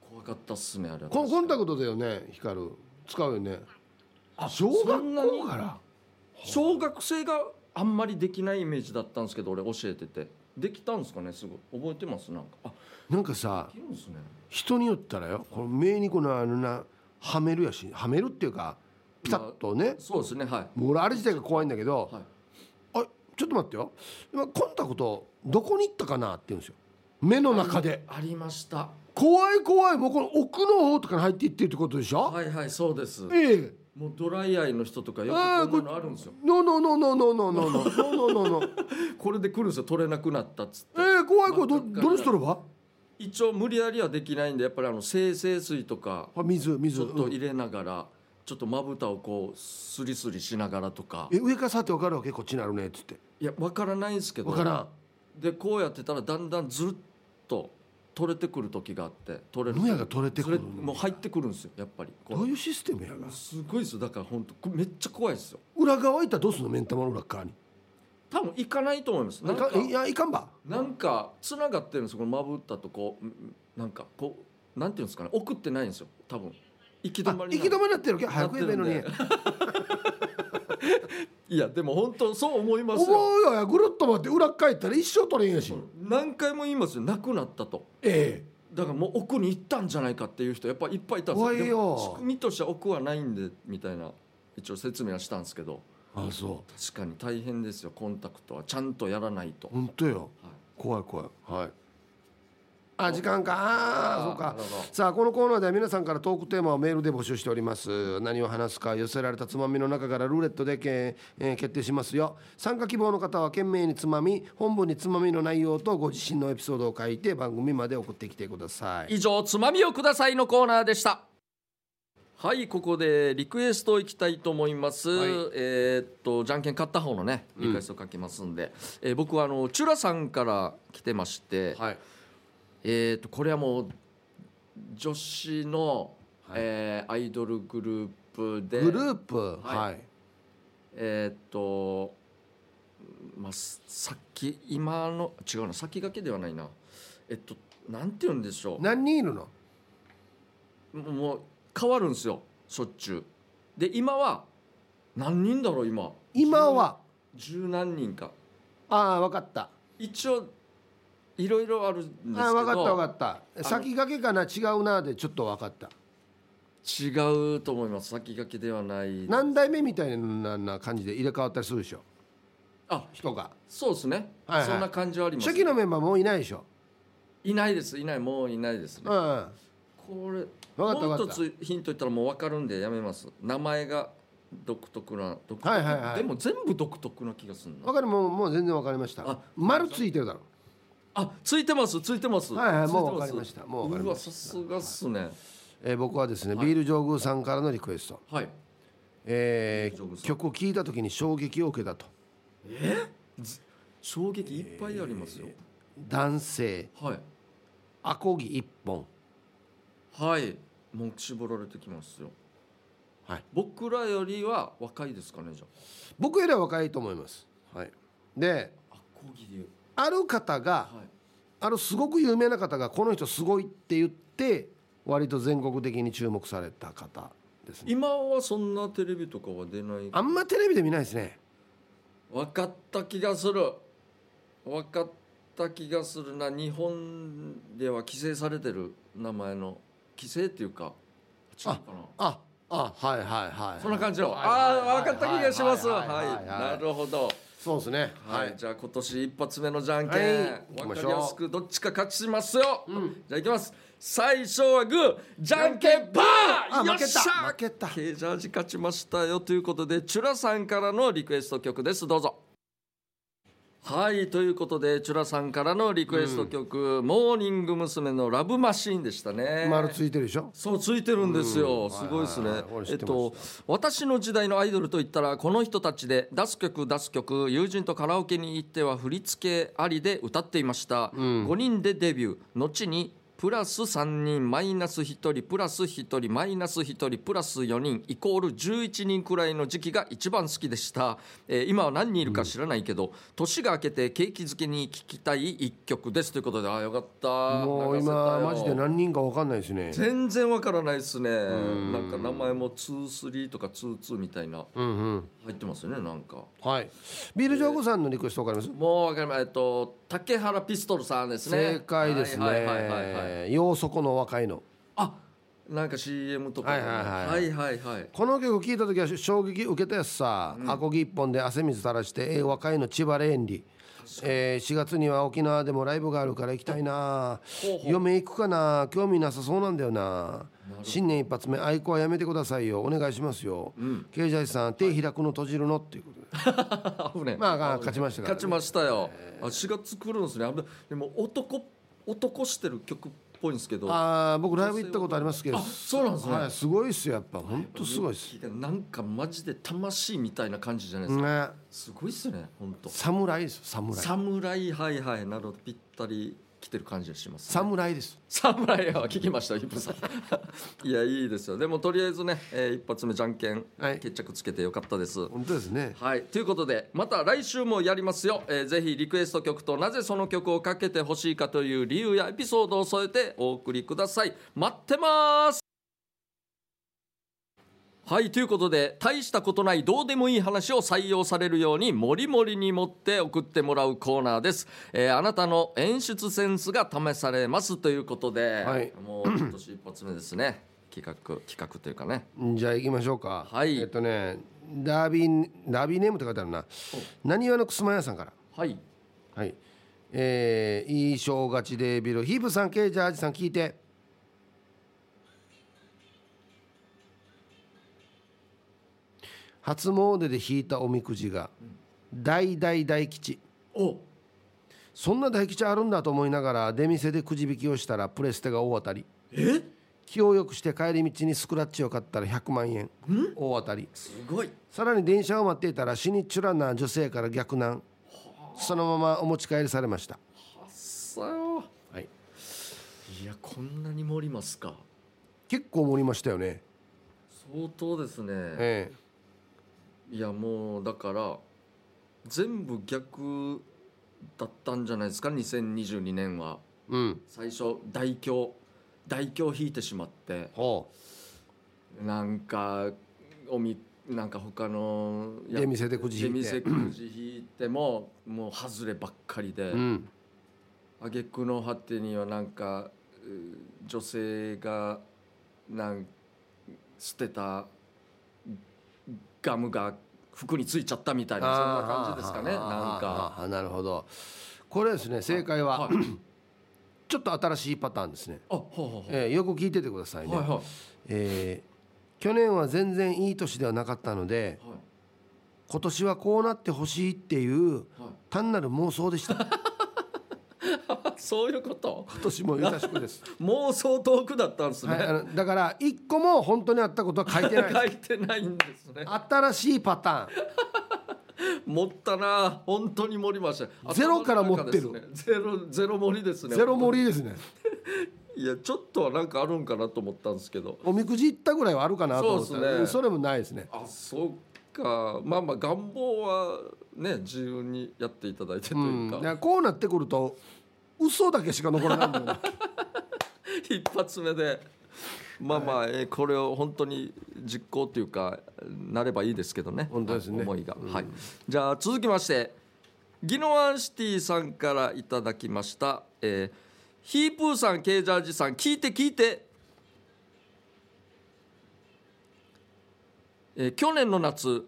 Speaker 1: 怖かったっすねあれは
Speaker 2: こコンタクトだよね光る使うよね小学
Speaker 1: そんなに
Speaker 2: 校から
Speaker 1: 小学生があんまりできないイメージだったんですけど俺教えててできたんですかねすぐ覚えてますなんかあ
Speaker 2: なんかさ
Speaker 1: できるんですね
Speaker 2: 人によったらよこの目にこのあのなはめるやしはめるっていうかピタッとね
Speaker 1: そうですねはい
Speaker 2: もう俺あれ自体が怖いんだけど、
Speaker 1: はい
Speaker 2: あちょっと待ってよ今コンタクトどこに行ったかなって言うんですよ目の中で
Speaker 1: ありました
Speaker 2: 怖い怖いもうこの奥の方とかに入っていってるってことでしょ、
Speaker 1: はいはいそうですも
Speaker 2: ええ
Speaker 1: うドライアイの人とかよ
Speaker 2: あー
Speaker 1: くこんなのあるんですよ
Speaker 2: ノーノーノーノーノーノーノーノーノー
Speaker 1: <laughs>
Speaker 2: ノー
Speaker 1: これで来るんですよ取れなくなったっつって
Speaker 2: ええ怖い怖いどどの人らは
Speaker 1: 一応無理やりはできないんでやっぱりあの生成水とか
Speaker 2: あ水
Speaker 1: ち
Speaker 2: 水
Speaker 1: ょっと
Speaker 2: うん
Speaker 1: 入れながらちょっとまぶたをこうスリスリしながらとか
Speaker 2: え上からさって分かるわけこっちにあるねっつって
Speaker 1: いやわからないんですけど
Speaker 2: 分からん
Speaker 1: でこうやってたらだんだんずっと取れてくる時があって取れる
Speaker 2: 野やが取れて
Speaker 1: そ
Speaker 2: くる
Speaker 1: れ
Speaker 2: の
Speaker 1: もう入ってくるんですよやっぱりこう
Speaker 2: どういうシステムやが
Speaker 1: すごいですよだから本当めっちゃ怖いですよ
Speaker 2: 裏側いったらどうすんの目ん玉の裏側に
Speaker 1: 多分行かないと思いますなん
Speaker 2: いか
Speaker 1: か
Speaker 2: んいやいかんば
Speaker 1: なんかつながってるんですよこのまぶったとこうんなんかこうなんていうんですかね送ってないんですよ多分行き止
Speaker 2: あ
Speaker 1: まり
Speaker 2: 行き止まりになってるわけ早く言えばいいの
Speaker 1: な
Speaker 2: に
Speaker 1: ってりいやでも本当そう思います
Speaker 2: 思
Speaker 1: よ
Speaker 2: うよいやぐるっと回って裏返ったら一生取れんやし
Speaker 1: 何回も言いますよなくなったと
Speaker 2: え
Speaker 1: だからもう奥に行ったんじゃないかっていう人やっぱいっぱいいたんです
Speaker 2: 怖いよ
Speaker 1: でも仕組みとしては奥はないんでみたいな一応説明はしたんですけど
Speaker 2: えあそ
Speaker 1: 確かに大変ですよコンタクトはちゃんとやらないと、
Speaker 2: う本当よ
Speaker 1: はい
Speaker 2: 怖い怖いはいあ時間かあーそうか
Speaker 1: なるほど
Speaker 2: さあこのコーナーでは皆さんからトークテーマをメールで募集しております何を話すか寄せられたつまみの中からルーレットでけ、えー決定しますよ参加希望の方は懸命につまみ本文につまみの内容とご自身のエピソードを書いて番組まで送ってきてください
Speaker 1: 以上「つまみをください」のコーナーでしたはいここでリクエストいきたいと思います、
Speaker 2: はい
Speaker 1: えーっとじゃんけん勝った方のねリクエスト書きますんで、えー僕はあのチュラさんから来てまして、
Speaker 2: はい
Speaker 1: えーっとこれはもう女子の、
Speaker 2: はい
Speaker 1: えーアイドルグループで
Speaker 2: グループはい、
Speaker 1: はいえーっと、まあ、すさっき今の違うな先駆けではないなえっとなんて言うんでしょう
Speaker 2: 何人いるの
Speaker 1: もうもう変わるんですよしょっちゅうで今は何人だろう今
Speaker 2: 今は
Speaker 1: 十何人か
Speaker 2: ああ分かった
Speaker 1: 一応いろいろあるんですけど
Speaker 2: あ分かった分かった
Speaker 1: の
Speaker 2: 先駆けかな違うなでちょっと分かった
Speaker 1: 違うと思います先駆けではない
Speaker 2: 何代目みたいな感じで入れ替わったりするでしょ
Speaker 1: あ
Speaker 2: 人が
Speaker 1: そうですね、
Speaker 2: はいはい
Speaker 1: そんな感じはあります
Speaker 2: 初期のメンバーもういないでしょ
Speaker 1: いないですいないもういないですね
Speaker 2: うんうん
Speaker 1: これ
Speaker 2: わかっ
Speaker 1: も
Speaker 2: た
Speaker 1: う
Speaker 2: わか
Speaker 1: 一
Speaker 2: った
Speaker 1: つヒント言ったらもう分かるんでやめます名前が独特な独特、
Speaker 2: はいはいはい
Speaker 1: でも全部独特な気がする
Speaker 2: わ
Speaker 1: な
Speaker 2: かるもうもう全然わかりました
Speaker 1: あ
Speaker 2: 丸ついてるだろ
Speaker 1: あついてますついてます
Speaker 2: はいはい
Speaker 1: つて
Speaker 2: もう分かりましたもう分かり
Speaker 1: う
Speaker 2: ま
Speaker 1: わ
Speaker 2: した
Speaker 1: さすがっすね、
Speaker 2: えー僕はですね、ビール上宮さんからのリクエスト、
Speaker 1: はい。
Speaker 2: えー
Speaker 1: ビール上宮さん
Speaker 2: 曲を聴いた時に衝撃を受けたと
Speaker 1: 衝撃いっぱいありますよ。
Speaker 2: 男性
Speaker 1: はい。
Speaker 2: アコギ一本
Speaker 1: はい。もう絞られてきますよ。
Speaker 2: はい。
Speaker 1: 僕らよりは若いですかねじゃ
Speaker 2: 僕よりは若いと思います、はい、で
Speaker 1: あ。アコギで。
Speaker 2: ある方が
Speaker 1: はい。
Speaker 2: あのすごく有名な方がこの人すごいって言って割と全国的に注目された方ですね
Speaker 1: 今はそんなテレビとかは出ない
Speaker 2: あんまテレビで見ないですね
Speaker 1: 分かった気がする分かった気がするな日本では規制されてる名前の規制っていうか違うか
Speaker 2: ああはいはいはい
Speaker 1: なそんな感じの、
Speaker 2: はい
Speaker 1: ああ分かった気がします
Speaker 2: は
Speaker 1: はいい
Speaker 2: はいはいはい
Speaker 1: なるほど
Speaker 2: そうですね
Speaker 1: は、
Speaker 2: はいい
Speaker 1: じゃあ今年一発目のじゃんけん、
Speaker 2: はい行き
Speaker 1: 分
Speaker 2: ま
Speaker 1: か
Speaker 2: しょう
Speaker 1: りやすくどっちか勝ちますよ、じゃあいきます最初はグーじゃんけんパ
Speaker 2: あ
Speaker 1: ーよっしゃ
Speaker 2: 負けた負けた
Speaker 1: ケージャージ勝ちましたよということでチュラさんからのリクエスト曲ですどうぞはいということでチュラさんからのリクエスト曲「モーニング娘。のラブマシーン」でしたね
Speaker 2: 丸ついてるでしょ
Speaker 1: そうついてるんですよ、
Speaker 2: うん
Speaker 1: すごいですね、
Speaker 2: はいはいはい俺知
Speaker 1: え
Speaker 2: っ
Speaker 1: って
Speaker 2: ました
Speaker 1: と私の時代のアイドルといったらこの人たちで出す曲出す曲友人とカラオケに行っては振り付けありで歌っていました、5人でデビュー後にプラス3人マイナス1人プラス1人マイナス1人プラス4人イコール11人くらいの時期が一番好きでした、えー今は何人いるか知らないけど、年が明けて景気づけに聴きたい一曲ですということであーよかった
Speaker 2: もう
Speaker 1: 泣かせた
Speaker 2: 今
Speaker 1: よ
Speaker 2: マジで何人か分かんないですね
Speaker 1: 全然わからないですねなんか名前も23とか22みたいな
Speaker 2: うんうん
Speaker 1: 入ってますよねなんか
Speaker 2: はいビールジョーゴさんのリクエスト分かります
Speaker 1: もうわかりまえっと竹原ピストルさんですね
Speaker 2: 正解です
Speaker 1: はいはいはいはいはい
Speaker 2: ねようそこの若いの
Speaker 1: あなんか CM とか
Speaker 2: はいはい
Speaker 1: はいはいはい
Speaker 2: この曲聴いた時は衝撃受けたやつさ、アコギ一本で汗水垂らして、えー若いの千葉レンリ、えー4月には沖縄でもライブがあるから行きたいな
Speaker 1: ほうほう
Speaker 2: 嫁行くかな興味なさそうなんだよな新年一発目愛子はやめてくださいよお願いしますよ、ケイジャージさん手開くの閉じるのっていうことで
Speaker 1: あ危ねえ
Speaker 2: まあが勝ちましたから、
Speaker 1: 勝ちましたよあ4月来るんですね危ないでも男男してる曲っぽいんですけど
Speaker 2: ああ僕ライブ行ったことありますけど
Speaker 1: そうなんですね
Speaker 2: はい、すごいっすよやっぱ本当すごいっす、
Speaker 1: なんかマジで魂みたいな感じじゃないですか
Speaker 2: ね
Speaker 1: すごいっすね本当
Speaker 2: 侍です侍
Speaker 1: 侍はいはいなるほどぴったり来てる感じがします、
Speaker 2: 侍です
Speaker 1: 侍は聞きましたイブさ
Speaker 2: <laughs>
Speaker 1: んいやいいですよでもとりあえずね、えー一発目じゃんけん、
Speaker 2: はい
Speaker 1: 決着つけてよかったです
Speaker 2: 本当ですね
Speaker 1: はいということでまた来週もやりますよ、えーぜひリクエスト曲となぜその曲をかけてほしいかという理由やエピソードを添えてお送りください待ってますはいということで大したことないどうでもいい話を採用されるようにもりもりに持って送ってもらうコーナーです、えーあなたの演出センスが試されますということで、
Speaker 2: はい
Speaker 1: もう今年一発目ですね企画企画というかね
Speaker 2: じゃあ行きましょうか。
Speaker 1: はい
Speaker 2: えっとね、ダービー、ダービーネームって書いてあるな。なにわのくすま屋さんから。
Speaker 1: はい
Speaker 2: はい。えー、いい正月デービル、ヒープさん、ケイジャージさん聞いて。初詣で引いたおみくじが。大大大吉。
Speaker 1: お
Speaker 2: そんな大吉あるんだと思いながら、出店でくじ引きをしたら、プレステが大当たり。
Speaker 1: え
Speaker 2: 気を良くして帰り道にスクラッチを買ったら100万円大当たり
Speaker 1: すごい
Speaker 2: さらに電車を待っていたら死にちゅらな女性から逆難そのままお持ち帰りされました
Speaker 1: さよ
Speaker 2: はい
Speaker 1: いやこんなに盛りますか
Speaker 2: 結構盛りましたよね
Speaker 1: 相当ですね
Speaker 2: え
Speaker 1: いやもうだから全部逆だったんじゃないですか2022年は
Speaker 2: えうん
Speaker 1: 最初大凶大凶引いてしまって
Speaker 2: ほ
Speaker 1: なんかおみなんか他のや
Speaker 2: 出店でくじ引いて
Speaker 1: 出店くじ引いてももう外ればっかりで、
Speaker 2: ううん
Speaker 1: 挙句の果てにはなんかうー女性がなん捨てたガムが服についちゃったみたいなそんな感じですかねなんか
Speaker 2: あーなるほどこれですね正解は、
Speaker 1: はい
Speaker 2: ちょっと新しいパターンですね、
Speaker 1: あほうほう
Speaker 2: ええよく聞いててください
Speaker 1: ほ
Speaker 2: ね、
Speaker 1: うはいはいは
Speaker 2: ええ去年は全然いい年ではなかったので
Speaker 1: い
Speaker 2: 今年はこうなってほしいっていう
Speaker 1: はい
Speaker 2: 単なる妄想
Speaker 1: <laughs>
Speaker 2: でした今
Speaker 1: あそういうこと
Speaker 2: 年も優しく
Speaker 1: <laughs>
Speaker 2: です
Speaker 1: 妄想トークだったんです
Speaker 2: はい、あ
Speaker 1: ね
Speaker 2: のだから一個も本当にあったことは書いてない
Speaker 1: 書いてないんですね
Speaker 2: 新しいパタ
Speaker 1: <laughs> 持ったな本当に盛りました
Speaker 2: ゼロから持って
Speaker 1: 頭
Speaker 2: る
Speaker 1: の中ですねゼロゼロ盛りです
Speaker 2: ーン
Speaker 1: ね
Speaker 2: ゼロ盛りですね
Speaker 1: いやちょっとはなんかあるんかなと思ったんですけど
Speaker 2: おみくじ行ったぐらいはあるかなと思った
Speaker 1: そうですね
Speaker 2: うんそれもないですね
Speaker 1: あそうかまあまあ願望はね自由にやっていただいてと
Speaker 2: う、
Speaker 1: いうんか、
Speaker 2: だからこうなってくると嘘だけしか残らないんだ
Speaker 1: <laughs>
Speaker 2: よな
Speaker 1: 一発目でまあまあ、えーこれを本当に実行というかなればいいですけどね
Speaker 2: 本当ですね
Speaker 1: 思いが、はいじゃあ続きましてギノワンシティさんからいただきました、えーヒープーさんケージャージさん聞いて聞いてえー去年の夏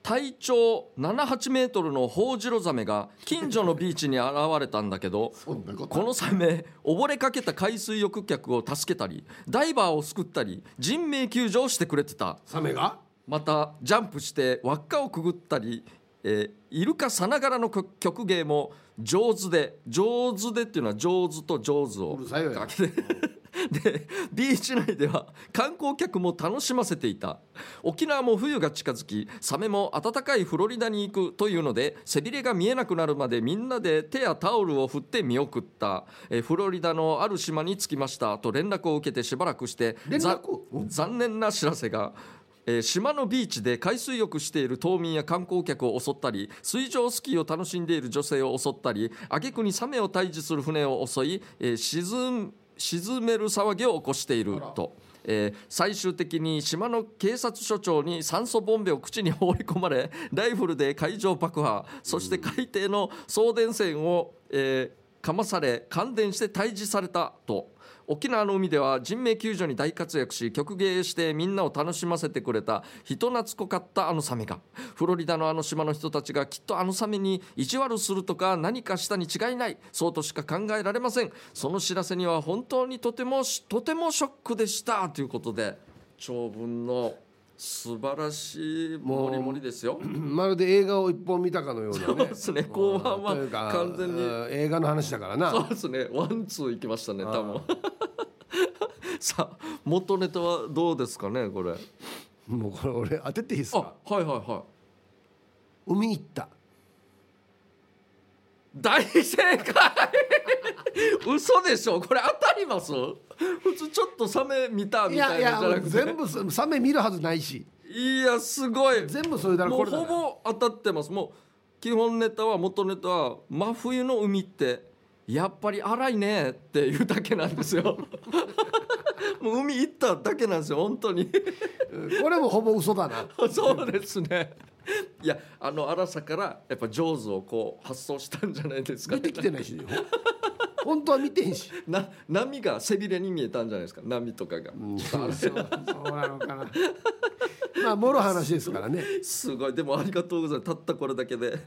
Speaker 1: 体長7 8メートルのホウジロザメが近所のビーチに現れたんだけど
Speaker 2: そんなこと
Speaker 1: このサメ溺れかけた海水浴客を助けたりダイバーを救ったり人命救助をしてくれてた
Speaker 2: サメが
Speaker 1: またジャンプして輪っかをくぐったり、えーイルカさながらの曲曲芸も上手で上手でっていうのは上手と上手を
Speaker 2: うるさいよ
Speaker 1: かけてでビーチ内では観光客も楽しませていた沖縄も冬が近づきサメも暖かいフロリダに行くというので背びれが見えなくなるまでみんなで手やタオルを振って見送ったえーフロリダのある島に着きましたと連絡を受けてしばらくして
Speaker 2: 連絡
Speaker 1: ざ
Speaker 2: お
Speaker 1: 残念な知らせが、えー島のビーチで海水浴している島民や観光客を襲ったり水上スキーを楽しんでいる女性を襲ったり挙句にサメを退治する船を襲い、えー沈ん沈める騒ぎを起こしていると。えー最終的に島の警察署長に酸素ボンベを口に放り込まれライフルで海上爆破そして海底の送電線を、えーかまされ感電して退治されたと沖縄の海では人命救助に大活躍し曲芸してみんなを楽しませてくれた人懐っこかったあのサメがフロリダのあの島の人たちがきっとあのサメに意地悪するとか何かしたに違いないそうとしか考えられませんその知らせには本当にとてもしとてもショックでしたということで長文の素晴らしいモリモリですよ。
Speaker 2: まるで映画を一本見たかのような
Speaker 1: そう
Speaker 2: ね
Speaker 1: ですね後半は
Speaker 2: というか
Speaker 1: 完全に
Speaker 2: うん映画の話だからな
Speaker 1: そうですね。ワンツー行きましたね。多分。 <laughs> さあ元ネタはどうですかねこれ。
Speaker 2: もうこれ俺当てていいです
Speaker 1: あ
Speaker 2: か
Speaker 1: はいはいはい。
Speaker 2: 海行った
Speaker 1: 大正解。 <laughs> 嘘でしょ。これ当たります。普通ちょっとサメ見た
Speaker 2: い
Speaker 1: みた
Speaker 2: や
Speaker 1: い
Speaker 2: い
Speaker 1: な
Speaker 2: や
Speaker 1: じゃなくて。
Speaker 2: 全部そサメ見るはずないし
Speaker 1: いやすごい。
Speaker 2: 全部それだろ
Speaker 1: も
Speaker 2: こ
Speaker 1: う
Speaker 2: れだ
Speaker 1: ほ
Speaker 2: ろ
Speaker 1: ぼ当たってます。もう基本ネタは元ネタは真冬の海ってやっぱり荒いねっていうだけなんですよ。 <laughs> もう海行っただけなんですよ本当に。
Speaker 2: これもほぼ嘘だな
Speaker 1: <laughs> そうですね。いやあの荒さからやっぱ上手をこう発想したんじゃないですか、
Speaker 2: 見てきてな
Speaker 1: <laughs>
Speaker 2: いし本当は見てへんし
Speaker 1: な波が背びれに見えたんじゃないですか波とかが、
Speaker 2: そうそうなのかなまあもろ話ですからね
Speaker 1: すごいでもありがとうございますたったこれだけで、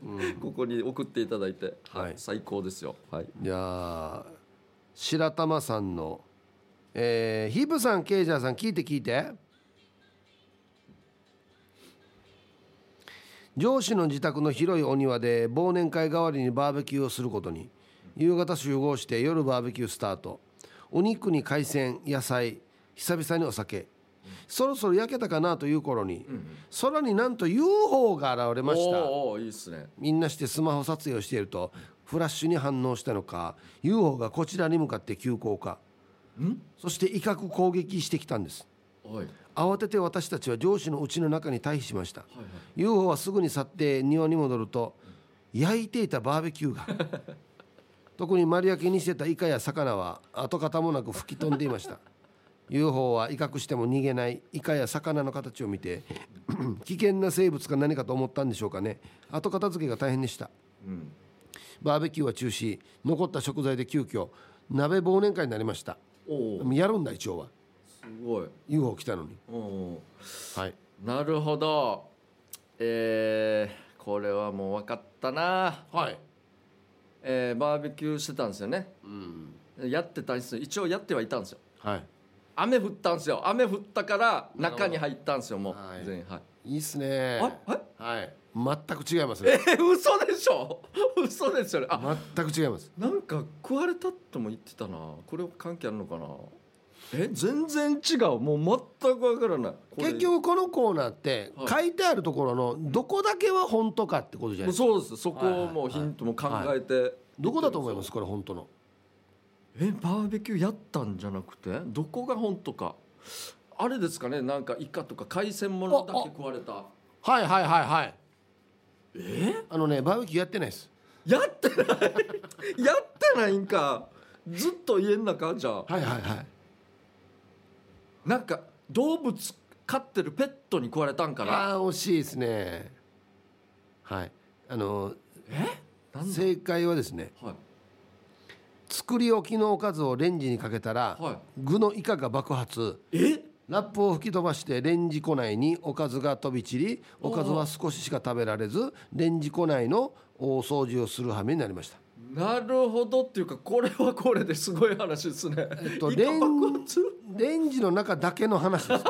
Speaker 1: ここに送っていただいて、はい
Speaker 2: はい
Speaker 1: 最高ですよはい
Speaker 2: じゃあ白玉さんの、えー、ヒープさんケイジャーさん聞いて聞いて上司の自宅の広いお庭で忘年会代わりにバーベキューをすることに夕方集合して夜バーベキュースタートお肉に海鮮野菜久々にお酒そろそろ焼けたかなという頃に、空になんと UFO が現れまし
Speaker 1: おー
Speaker 2: た
Speaker 1: おーいいですね
Speaker 2: みんなしてスマホ撮影をしているとフラッシュに反応したのか UFO がこちらに向かって急降下そして威嚇攻撃してきたんです
Speaker 1: おい
Speaker 2: 慌てて私たちは上司の家の中に退避しました、UFO はすぐに去って庭に戻ると焼いていたバーベキューが <laughs> 特に丸焼きにしてたイカや魚は跡形もなく吹き飛んでいました UFO は威嚇しても逃げないイカや魚の形を見て <clears throat> 危険な生物か何かと思ったんでしょうかね後片付けが大変でしたバーベキューは中止残った食材で急遽鍋忘年会になりました
Speaker 1: おお
Speaker 2: やるんだ一応は
Speaker 1: すごい
Speaker 2: UFO 来たのに
Speaker 1: おお
Speaker 2: はい
Speaker 1: なるほどえー、これはもう分かったな
Speaker 2: はい
Speaker 1: えー、バーベキューしてたんですよね
Speaker 2: うん
Speaker 1: やってたんですよ一応やってはいたんですよ
Speaker 2: はい
Speaker 1: 雨降ったんですよ雨降ったから中に入ったんですよもう
Speaker 2: はい
Speaker 1: 全員はい
Speaker 2: いいっすね
Speaker 1: あえ
Speaker 2: はい全く違いますね
Speaker 1: え <laughs> 嘘でしょ <laughs> 嘘ですよねあ
Speaker 2: 全く違います
Speaker 1: なんか食われたっても言ってたなこれ関係あるのかなえ全然違うもう全くわからないこれ
Speaker 2: 結局このコーナーって
Speaker 1: はい
Speaker 2: 書いてあるところのどこだけは本当かってことじゃな
Speaker 1: も
Speaker 2: いうですか
Speaker 1: そうですそこをも
Speaker 2: は
Speaker 1: う
Speaker 2: いはいはい
Speaker 1: ヒントも考えて、
Speaker 2: どこだと思いますこれ本当の
Speaker 1: えバーベキューやったんじゃなくてどこが本当かあれですかねなんかイカとか海鮮ものだけ食われた
Speaker 2: はいはいはいはいえあのねバーベキューやってないです
Speaker 1: <laughs> やってないやっててないんかずっと家の中じゃあ
Speaker 2: はいはいはい
Speaker 1: なんか動物飼ってるペットに食われたんかな
Speaker 2: ああー惜しいですねはいあの
Speaker 1: えなんだ
Speaker 2: 正解はですね
Speaker 1: はい
Speaker 2: 作り置きのおかずをレンジにかけたら、
Speaker 1: はい
Speaker 2: 具のイカが爆発
Speaker 1: え
Speaker 2: ラップを吹き飛ばしてレンジ庫内におかずが飛び散りおかずは少ししか食べられずレンジ庫内の大掃除をする羽目になりました
Speaker 1: なるほどっていうかこれはこれですごい話ですね。
Speaker 2: っと
Speaker 1: イカ
Speaker 2: レン
Speaker 1: 爆発 <laughs>
Speaker 2: レンジの中だけの話ですね、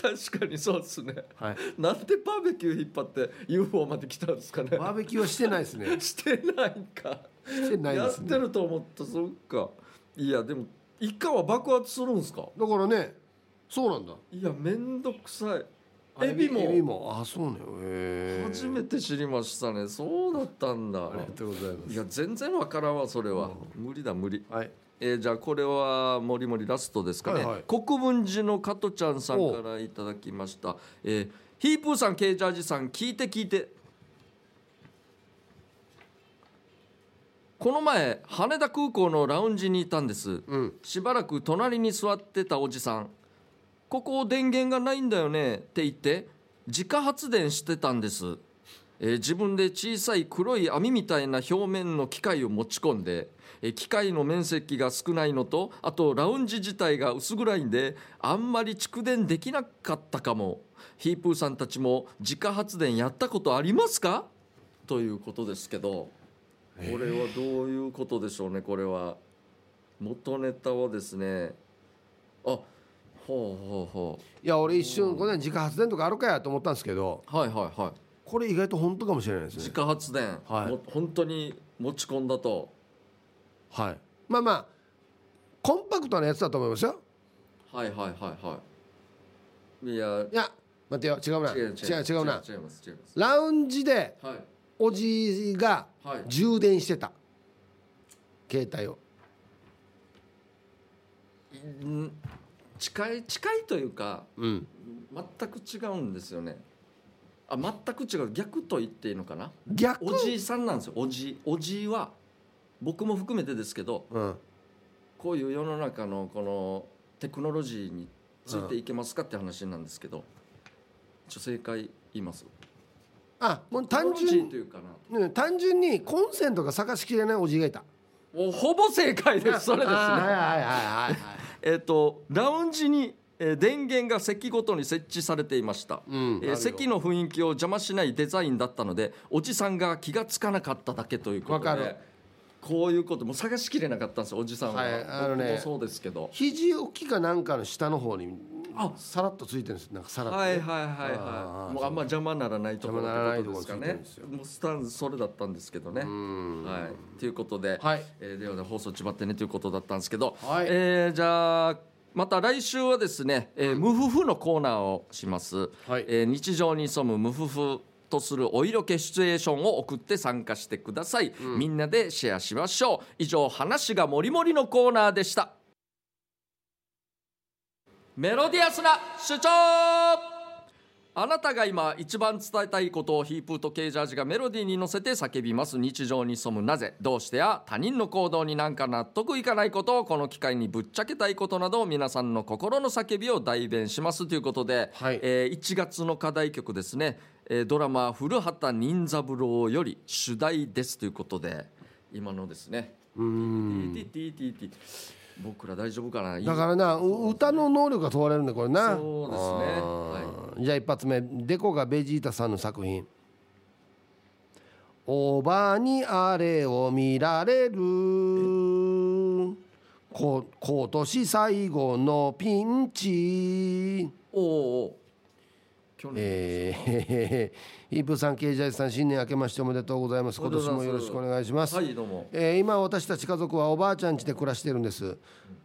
Speaker 1: 確かにそうですね。
Speaker 2: はい、
Speaker 1: なんでバーベキュー引っ張って UFO まで来たんですかね。
Speaker 2: バーベキューはしてないですね
Speaker 1: してないんか。
Speaker 2: してない
Speaker 1: や
Speaker 2: で
Speaker 1: っ
Speaker 2: すね
Speaker 1: てると思ったそっか。いやでもイカは爆発するんですか。
Speaker 2: だからねそうなんだ
Speaker 1: いやめんどくさい。
Speaker 2: あ
Speaker 1: エビ
Speaker 2: エビ
Speaker 1: も
Speaker 2: もあそうねへー
Speaker 1: 初めて知りましたね。そうだったんだ。
Speaker 2: ありがとうございま
Speaker 1: い
Speaker 2: す
Speaker 1: や全然わからんわそれは。無理だ無理。
Speaker 2: はい
Speaker 1: えーじゃあこれはもりもりラストですかね、
Speaker 2: はいはい
Speaker 1: 国分寺の加トちゃんさんからいただきました、えーヒープーさんケイジャージさん聞いて聞いてこの前羽田空港のラウンジにいたんです、
Speaker 2: うん
Speaker 1: しばらく隣に座ってたおじさん「ここ電源がないんだよね」って言って自家発電してたんです、えー自分で小さい黒い網みたいな表面の機械を持ち込んで、えー機械の面積が少ないのとあとラウンジ自体が薄暗いんであんまり蓄電できなかったかもヒープーさんたちも自家発電やったことありますかということですけどこれはどういうことでしょうねこれは元ネタはですねあほうほうほ
Speaker 2: いや俺一瞬これ自家発電とかあるかやと思ったんですけど
Speaker 1: うはいはいはい
Speaker 2: これ意外と本当かもしれないです
Speaker 1: 自
Speaker 2: ね
Speaker 1: 家発電、
Speaker 2: はい
Speaker 1: も本当に持ち込んだと
Speaker 2: はいまあまあコンパクトなやつだと思いますよ
Speaker 1: はいはいはいはいいや
Speaker 2: いや待てよ違うな
Speaker 1: 違
Speaker 2: 違
Speaker 1: う
Speaker 2: う違うな
Speaker 1: 違います違います
Speaker 2: ラウンジで
Speaker 1: はい
Speaker 2: おじが
Speaker 1: はい
Speaker 2: 充電してた携帯を
Speaker 1: ん近い近いというか
Speaker 2: うん
Speaker 1: 全く違うんですよねあ全く違う逆と言っていいのかな
Speaker 2: 逆
Speaker 1: おじいさんなんですよおじいおじいは僕も含めてですけど
Speaker 2: うん
Speaker 1: こういう世の中のこのテクノロジーについていけますかって話なんですけど、ちょ正解言います
Speaker 2: あもう
Speaker 1: テクノ
Speaker 2: 単
Speaker 1: ロジ
Speaker 2: 純
Speaker 1: ーというかな
Speaker 2: うん単純にコンセントが探しきれないおじがいた
Speaker 1: もうほぼ正解
Speaker 2: <laughs>
Speaker 1: ですそれです
Speaker 2: あーはい
Speaker 1: ね
Speaker 2: はいはいはいはい
Speaker 1: えっとラウンジに、えー電源が席ごとに設置されていました、
Speaker 2: うん
Speaker 1: えー
Speaker 2: あるよ
Speaker 1: 席の雰囲気を邪魔しないデザインだったのでおじさんが気がつかなかっただけということで
Speaker 2: わかる
Speaker 1: こういうこともう探しきれなかったんですよおじさんは、
Speaker 2: はいあのね
Speaker 1: 僕もそうですけど
Speaker 2: 肘置きかなんかの下の方に
Speaker 1: あ
Speaker 2: さらっとついてるんですなんかさらっとね、
Speaker 1: はいはいはい
Speaker 2: あ
Speaker 1: は
Speaker 2: ー
Speaker 1: い。もうあんま邪魔ならないところ
Speaker 2: 邪魔ならない
Speaker 1: っ
Speaker 2: と
Speaker 1: て
Speaker 2: こ
Speaker 1: こ
Speaker 2: ろ
Speaker 1: とですか
Speaker 2: ついてるん
Speaker 1: ね
Speaker 2: です。
Speaker 1: もうスタンスそれだったんですけどね。はい。ということで、
Speaker 2: はい
Speaker 1: えーではね放送ちまってねということだったんですけど、
Speaker 2: はい
Speaker 1: えーじゃあ。また来週はですね、えー無夫婦のコーナーをします、
Speaker 2: はい
Speaker 1: えー日常に潜む無夫婦とするお色気シチュエーションを送って参加してください、みんなでシェアしましょう以上話がもりもりのコーナーでしたメロディアスな主張あなたが今一番伝えたいことをヒープーとケイジャージがメロディーに乗せて叫びます日常に潜むなぜどうしてや他人の行動になんか納得いかないことをこの機会にぶっちゃけたいことなど皆さんの心の叫びを代弁しますということで、
Speaker 2: はい
Speaker 1: えー1月の課題曲ですね、えードラマ「古畑任三郎」より主題ですということで今のですね
Speaker 2: うーん
Speaker 1: TTTTT 僕ら大丈夫かないい
Speaker 2: だからなう歌の能力が問われるんだこれ
Speaker 1: そうで
Speaker 2: な
Speaker 1: すね
Speaker 2: あーじゃあ一発目デコがベジータさんの作品「おばにあれを見られる」こ「今年最後のピンチ」
Speaker 1: おうおう去年
Speaker 2: えー、イープさん、ケイジャイさん、新年明けましておめでとうございます。今年もよろしくお願いします。
Speaker 1: はいどうも
Speaker 2: えー今私たち家族はおばあちゃん家で暮らしてるんです、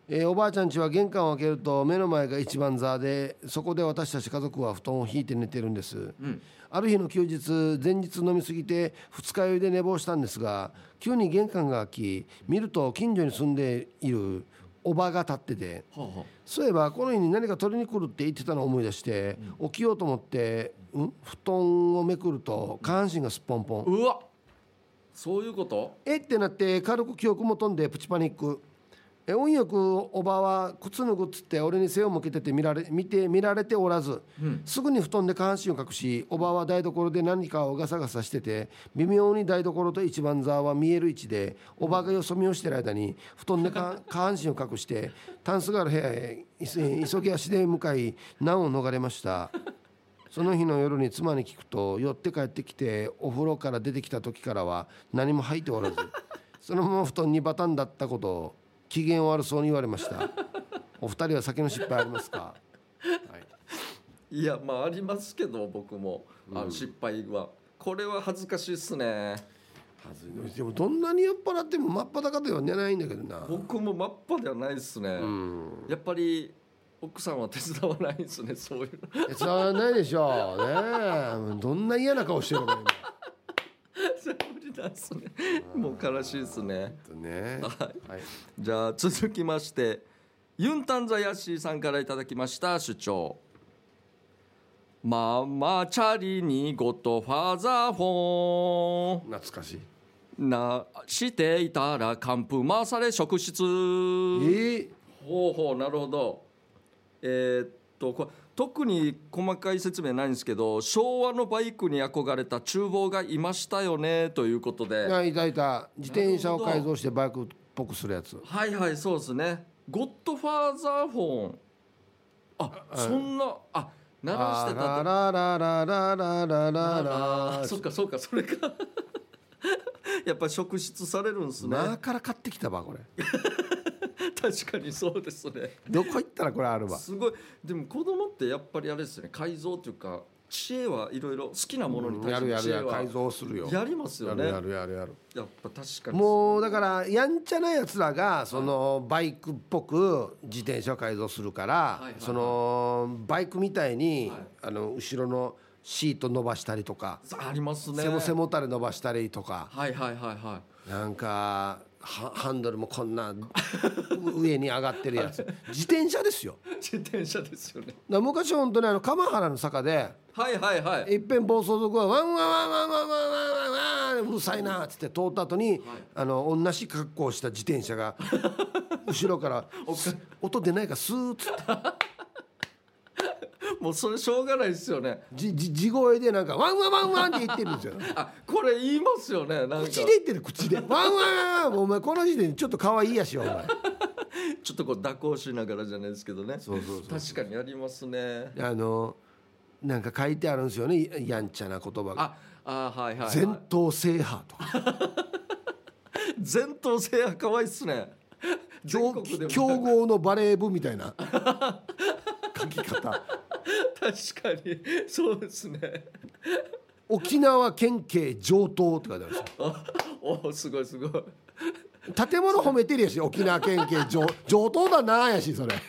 Speaker 2: えーおばあちゃん家は玄関を開けると目の前が一番座でそこで私たち家族は布団を引いて寝てるんです、ある日の休日前日飲みすぎて二日酔いで寝坊したんですが急に玄関が開き見ると近所に住んでいるおばが立ってて
Speaker 1: はあはあ
Speaker 2: そういえばこの日に何か取りに来るって言ってたのを思い出して、起きようと思って、うん、布団をめくると下半身がすっぽんぽん
Speaker 1: うわそういうこと
Speaker 2: えってなって軽く記憶も飛んでプチパニックえ運よくおばは靴脱ぐっつって俺に背を向けてて見られ見て見られておらず、すぐに布団で下半身を隠しおばは台所で何かをガサガサしてて微妙に台所と一番座は見える位置でおばがよそ見をしてる間に布団でか下半身を隠してタンスがある部屋へい <laughs> 急ぎ足で向かい難を逃れました。その日の夜に妻に聞くと寄って帰ってきてお風呂から出てきた時からは何も入っておらずそのまま布団にバタンだったことを機嫌悪そうに言われましたお二人は酒の失敗ありますか、はい、
Speaker 1: いやまあありますけど僕もあの失敗は、これは恥ずかしいっすね
Speaker 2: でもどんなに酔っ払っても真っ裸では寝ないんだけどな
Speaker 1: 僕も真っ裸ではないっすね、
Speaker 2: うん
Speaker 1: やっぱり奥さんは手伝わないんですねそういうの
Speaker 2: 伝わらないでしょうねえどんな嫌な顔してるのか
Speaker 1: 無理なんすねもう悲しいっすね
Speaker 2: 今ねはい
Speaker 1: じゃあ続きましてユンタンザヤッシーさんからいただきました主張ママチャリにごとファザーフォン
Speaker 2: 懐かしい
Speaker 1: なしていたら寒風回され職質
Speaker 2: えー、
Speaker 1: ほうほうなるほどえーっとこれ特に細かい説明ないんですけど昭和のバイクに憧れた厨房がいましたよねということで
Speaker 2: あいたいた自転車を改造してバイクっぽくするやつ
Speaker 1: はいはいそうですね「ゴッドファーザーフォン」あそんなあ鳴らしてた
Speaker 2: あ
Speaker 1: って
Speaker 2: ららららららら
Speaker 1: あ
Speaker 2: ら
Speaker 1: ーそっかそっかそれか <laughs> やっぱり職質されるんですね、
Speaker 2: 前から買ってきたばこれ
Speaker 1: 確かにそうですね
Speaker 2: どこ行ったらこれあるわ
Speaker 1: すごいでも子供ってやっぱりあれですよね改造というか知恵はいろいろ好きなものに対
Speaker 2: や
Speaker 1: す
Speaker 2: る
Speaker 1: る
Speaker 2: や
Speaker 1: 知
Speaker 2: る
Speaker 1: 恵
Speaker 2: やる
Speaker 1: は
Speaker 2: 改造するよ
Speaker 1: やりますよね
Speaker 2: やるやるやる
Speaker 1: やっぱ確かに
Speaker 2: もうだからやんちゃなやつらがそのバイクっぽく自転車を改造するから
Speaker 1: いはいはい
Speaker 2: そのバイクみたいにあの後ろのシート伸ばしたりとか
Speaker 1: ありますね
Speaker 2: 背も背もたれ伸ばしたりとか
Speaker 1: はいはいはいは
Speaker 2: なんかはハンドルもこんなう上に上がってるやつ自転車ですよ
Speaker 1: い自転車ですよね
Speaker 2: だから昔本当にあの鎌原の坂で
Speaker 1: はいはいはい
Speaker 2: いっぺん暴走族はワンワンワンワンワンワンワンワンうるさいなっつって通った後に、あの同じ格好をした自転車が後ろからす音出ないからスーッつって
Speaker 1: もうそれしょうがないですよね
Speaker 2: じじ地声でなんかワンワンワンワンって言ってるんですよ
Speaker 1: あこれ言いますよねなんか
Speaker 2: 口で言ってる口でワンワンワンワンお前この時点でちょっと可愛いやしよお前
Speaker 1: ちょっとこう蛇行しながらじゃないですけどね
Speaker 2: そうそうそう
Speaker 1: 確かにありますね
Speaker 2: あのなんか書いてあるんですよねやんちゃな言葉が
Speaker 1: ああはいはい、は
Speaker 2: 全頭制覇とか
Speaker 1: い、全頭制覇かわいいっすね全
Speaker 2: 強
Speaker 1: 国でも
Speaker 2: 強豪のバレー部みたいな書き方
Speaker 1: <laughs> 確かにそうですね
Speaker 2: 沖縄県警上等って書いてあるんです
Speaker 1: あ <laughs> おすごいすごい
Speaker 2: よ建物褒めてるやし沖縄県警上 <laughs> 上等だなやしそれ <laughs>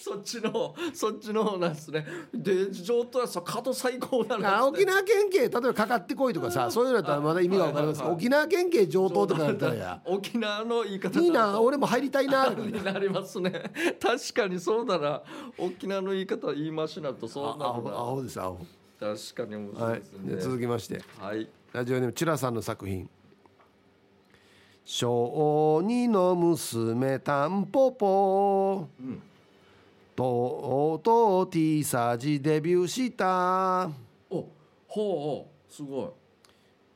Speaker 1: そっちのそっちの方なんですねで上等はさ角最高な
Speaker 2: あ
Speaker 1: の
Speaker 2: 沖縄県警例えばかかってこいと
Speaker 1: <laughs>
Speaker 2: かさそういうのだったらまだ意味が分かりますけど
Speaker 1: はいはいはい
Speaker 2: 沖縄県警上等とかだった
Speaker 1: <laughs>
Speaker 2: らや
Speaker 1: 沖縄の言い方
Speaker 2: いい
Speaker 1: だ
Speaker 2: な俺も入りたいな
Speaker 1: とになりますね確かにそうだな沖縄の言い方言いましなとそう
Speaker 2: あ
Speaker 1: な
Speaker 2: 青
Speaker 1: るな
Speaker 2: 青です青
Speaker 1: 確かに面白
Speaker 2: はいい
Speaker 1: です
Speaker 2: で
Speaker 1: ね
Speaker 2: 続きまして
Speaker 1: はい
Speaker 2: ラジオネームチュラさんの作品「小児の娘たんぽぽ」とうとう T サージデビューした
Speaker 1: おほうほうすごい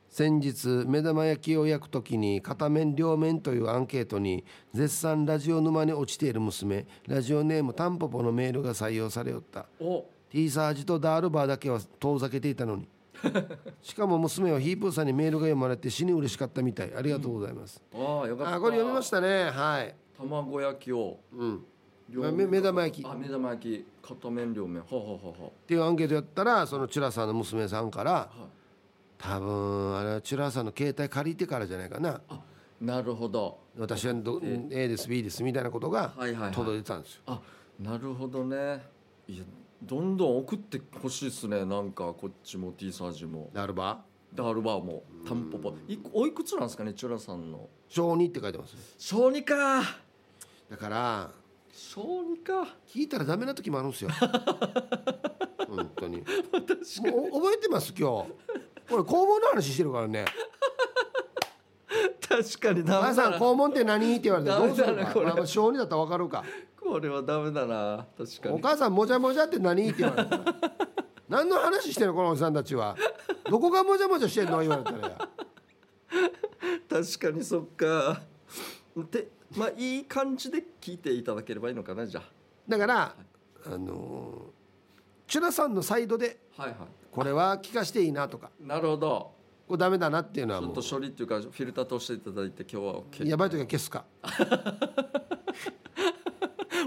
Speaker 2: 先日目玉焼きを焼くときに片面両面というアンケートに絶賛ラジオ沼に落ちている娘ラジオネームたんぽぽのメールが採用されよった
Speaker 1: お
Speaker 2: T サージとダールバーだけは遠ざけていた
Speaker 1: <laughs>
Speaker 2: のにしかも娘はヒープーさんにメールが読まれて死に嬉しかったみたいありがとうございます、
Speaker 1: ああよかった
Speaker 2: あこれ読みましたねはい
Speaker 1: 卵焼きを
Speaker 2: うん
Speaker 1: 両面
Speaker 2: め目玉焼き
Speaker 1: あ目玉焼き片面両面ほうほうほうほ
Speaker 2: っていうアンケートやったらそのチュラさんの娘さんから
Speaker 1: うはい
Speaker 2: 多分あれはチュラさんの携帯借りてからじゃないかな
Speaker 1: あなるほど
Speaker 2: 私はど A です B ですみたいなことが
Speaker 1: はいはいはい
Speaker 2: 届いてたんですよ
Speaker 1: あなるほどねいやどんどん送ってほしいっすねなんかこっちも T サージも
Speaker 2: ダールバー
Speaker 1: ダールバーもタンポポいおいくつなんですかねチュラさんの
Speaker 2: 小2って書いてます
Speaker 1: 小児か
Speaker 2: だから
Speaker 1: 小児か
Speaker 2: 聞いたらダメな時もあるんですよ本当にもうお覚えてます今日これ工房の話してるからね
Speaker 1: <laughs> 確かに
Speaker 2: 「
Speaker 1: ダ
Speaker 2: 母
Speaker 1: メ
Speaker 2: さ
Speaker 1: だ
Speaker 2: ん
Speaker 1: な
Speaker 2: 肛門って何?」って言われてどうする
Speaker 1: ダメだなこ
Speaker 2: の
Speaker 1: れ
Speaker 2: か、まあ、小児だったら分かるか
Speaker 1: これはダメだな確
Speaker 2: 「
Speaker 1: か
Speaker 2: お
Speaker 1: に
Speaker 2: 母さんもじゃもじゃって何?」って言われて何の話してんのこのおじさんたちはどこがもじゃもじゃしてんの言われたらや
Speaker 1: 確かにそっかでまあいい感じで聞いていただければいいのかなじゃ
Speaker 2: だからあのーチュラさんのサイドで
Speaker 1: あはいは
Speaker 2: これは聞かしていいなとか
Speaker 1: いなるほど
Speaker 2: これダメだなっていうのは
Speaker 1: ちょっ
Speaker 2: もう
Speaker 1: と処理っていうかフィルター通していただいて今日は OK
Speaker 2: やばい時は消すか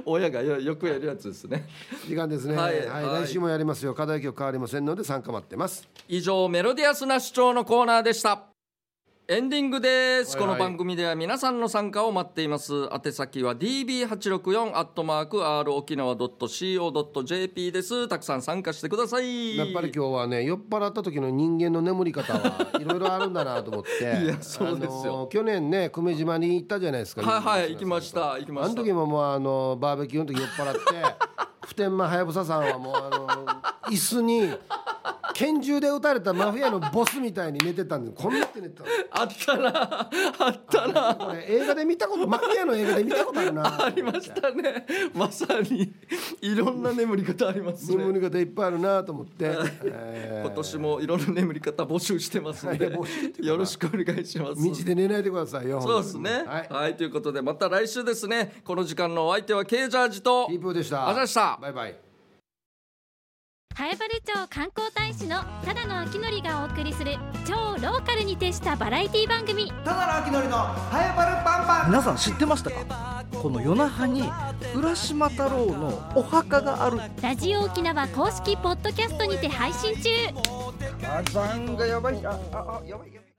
Speaker 1: 親がよよくやるやつですね
Speaker 2: 時間ですね
Speaker 1: は
Speaker 2: はいい、
Speaker 1: はい
Speaker 2: 来週もやりますよ課題曲変わりませんので参加待ってます
Speaker 1: 以上メロディアスな主張のコーナーでしたエンディングです、
Speaker 2: はいはい
Speaker 1: この番組では皆さんの参加を待っています宛先は db864 アットマーク r 沖縄 .co.jp ですたくさん参加してください
Speaker 2: やっぱり今日はね酔っ払った時の人間の眠り
Speaker 1: <laughs>
Speaker 2: 方はいろいろあるんだなと思って
Speaker 1: いやそうですよ
Speaker 2: あの去年ね久米島に行ったじゃないですか
Speaker 1: はいはい行きました行きま
Speaker 2: あ
Speaker 1: し
Speaker 2: の
Speaker 1: た
Speaker 2: 時ももうあのバーベキューの時酔
Speaker 1: <laughs>
Speaker 2: っ払って普天間はやぶささんはもうあの椅子に拳銃で撃たれたマフィアのボスみたいに寝てたんでこんなって寝てたの
Speaker 1: あったな
Speaker 2: <laughs>
Speaker 1: あったな
Speaker 2: これ映画で見たことマフィアの映画で見たことあるな
Speaker 1: <laughs> ありましたねまさにいろんな眠り方ありますね
Speaker 2: 眠り方いっぱいあるなと
Speaker 1: <laughs>
Speaker 2: 思って、えー
Speaker 1: 今年もいろんな眠り方募集してますので
Speaker 2: はい募集っていうか
Speaker 1: よろしくお願いします
Speaker 2: 道で寝ないでくださいよ
Speaker 1: そうですね。は
Speaker 2: はいい、
Speaker 1: ということでまた来週ですね。この時間のお相手はケイジャージと
Speaker 2: ピープーでした
Speaker 1: あざした。
Speaker 2: バイバイ
Speaker 3: ハエバル町観光大使のただの秋のりがお送りする超ローカルに徹したバラエティ番組
Speaker 4: ただの秋のりのハエバルパンパン皆さん知ってましたかこの夜那覇に浦島太郎のお墓がある
Speaker 3: ラジオ沖縄公式ポッドキャストにて配信中
Speaker 4: 火山がやばいあああやばいやばい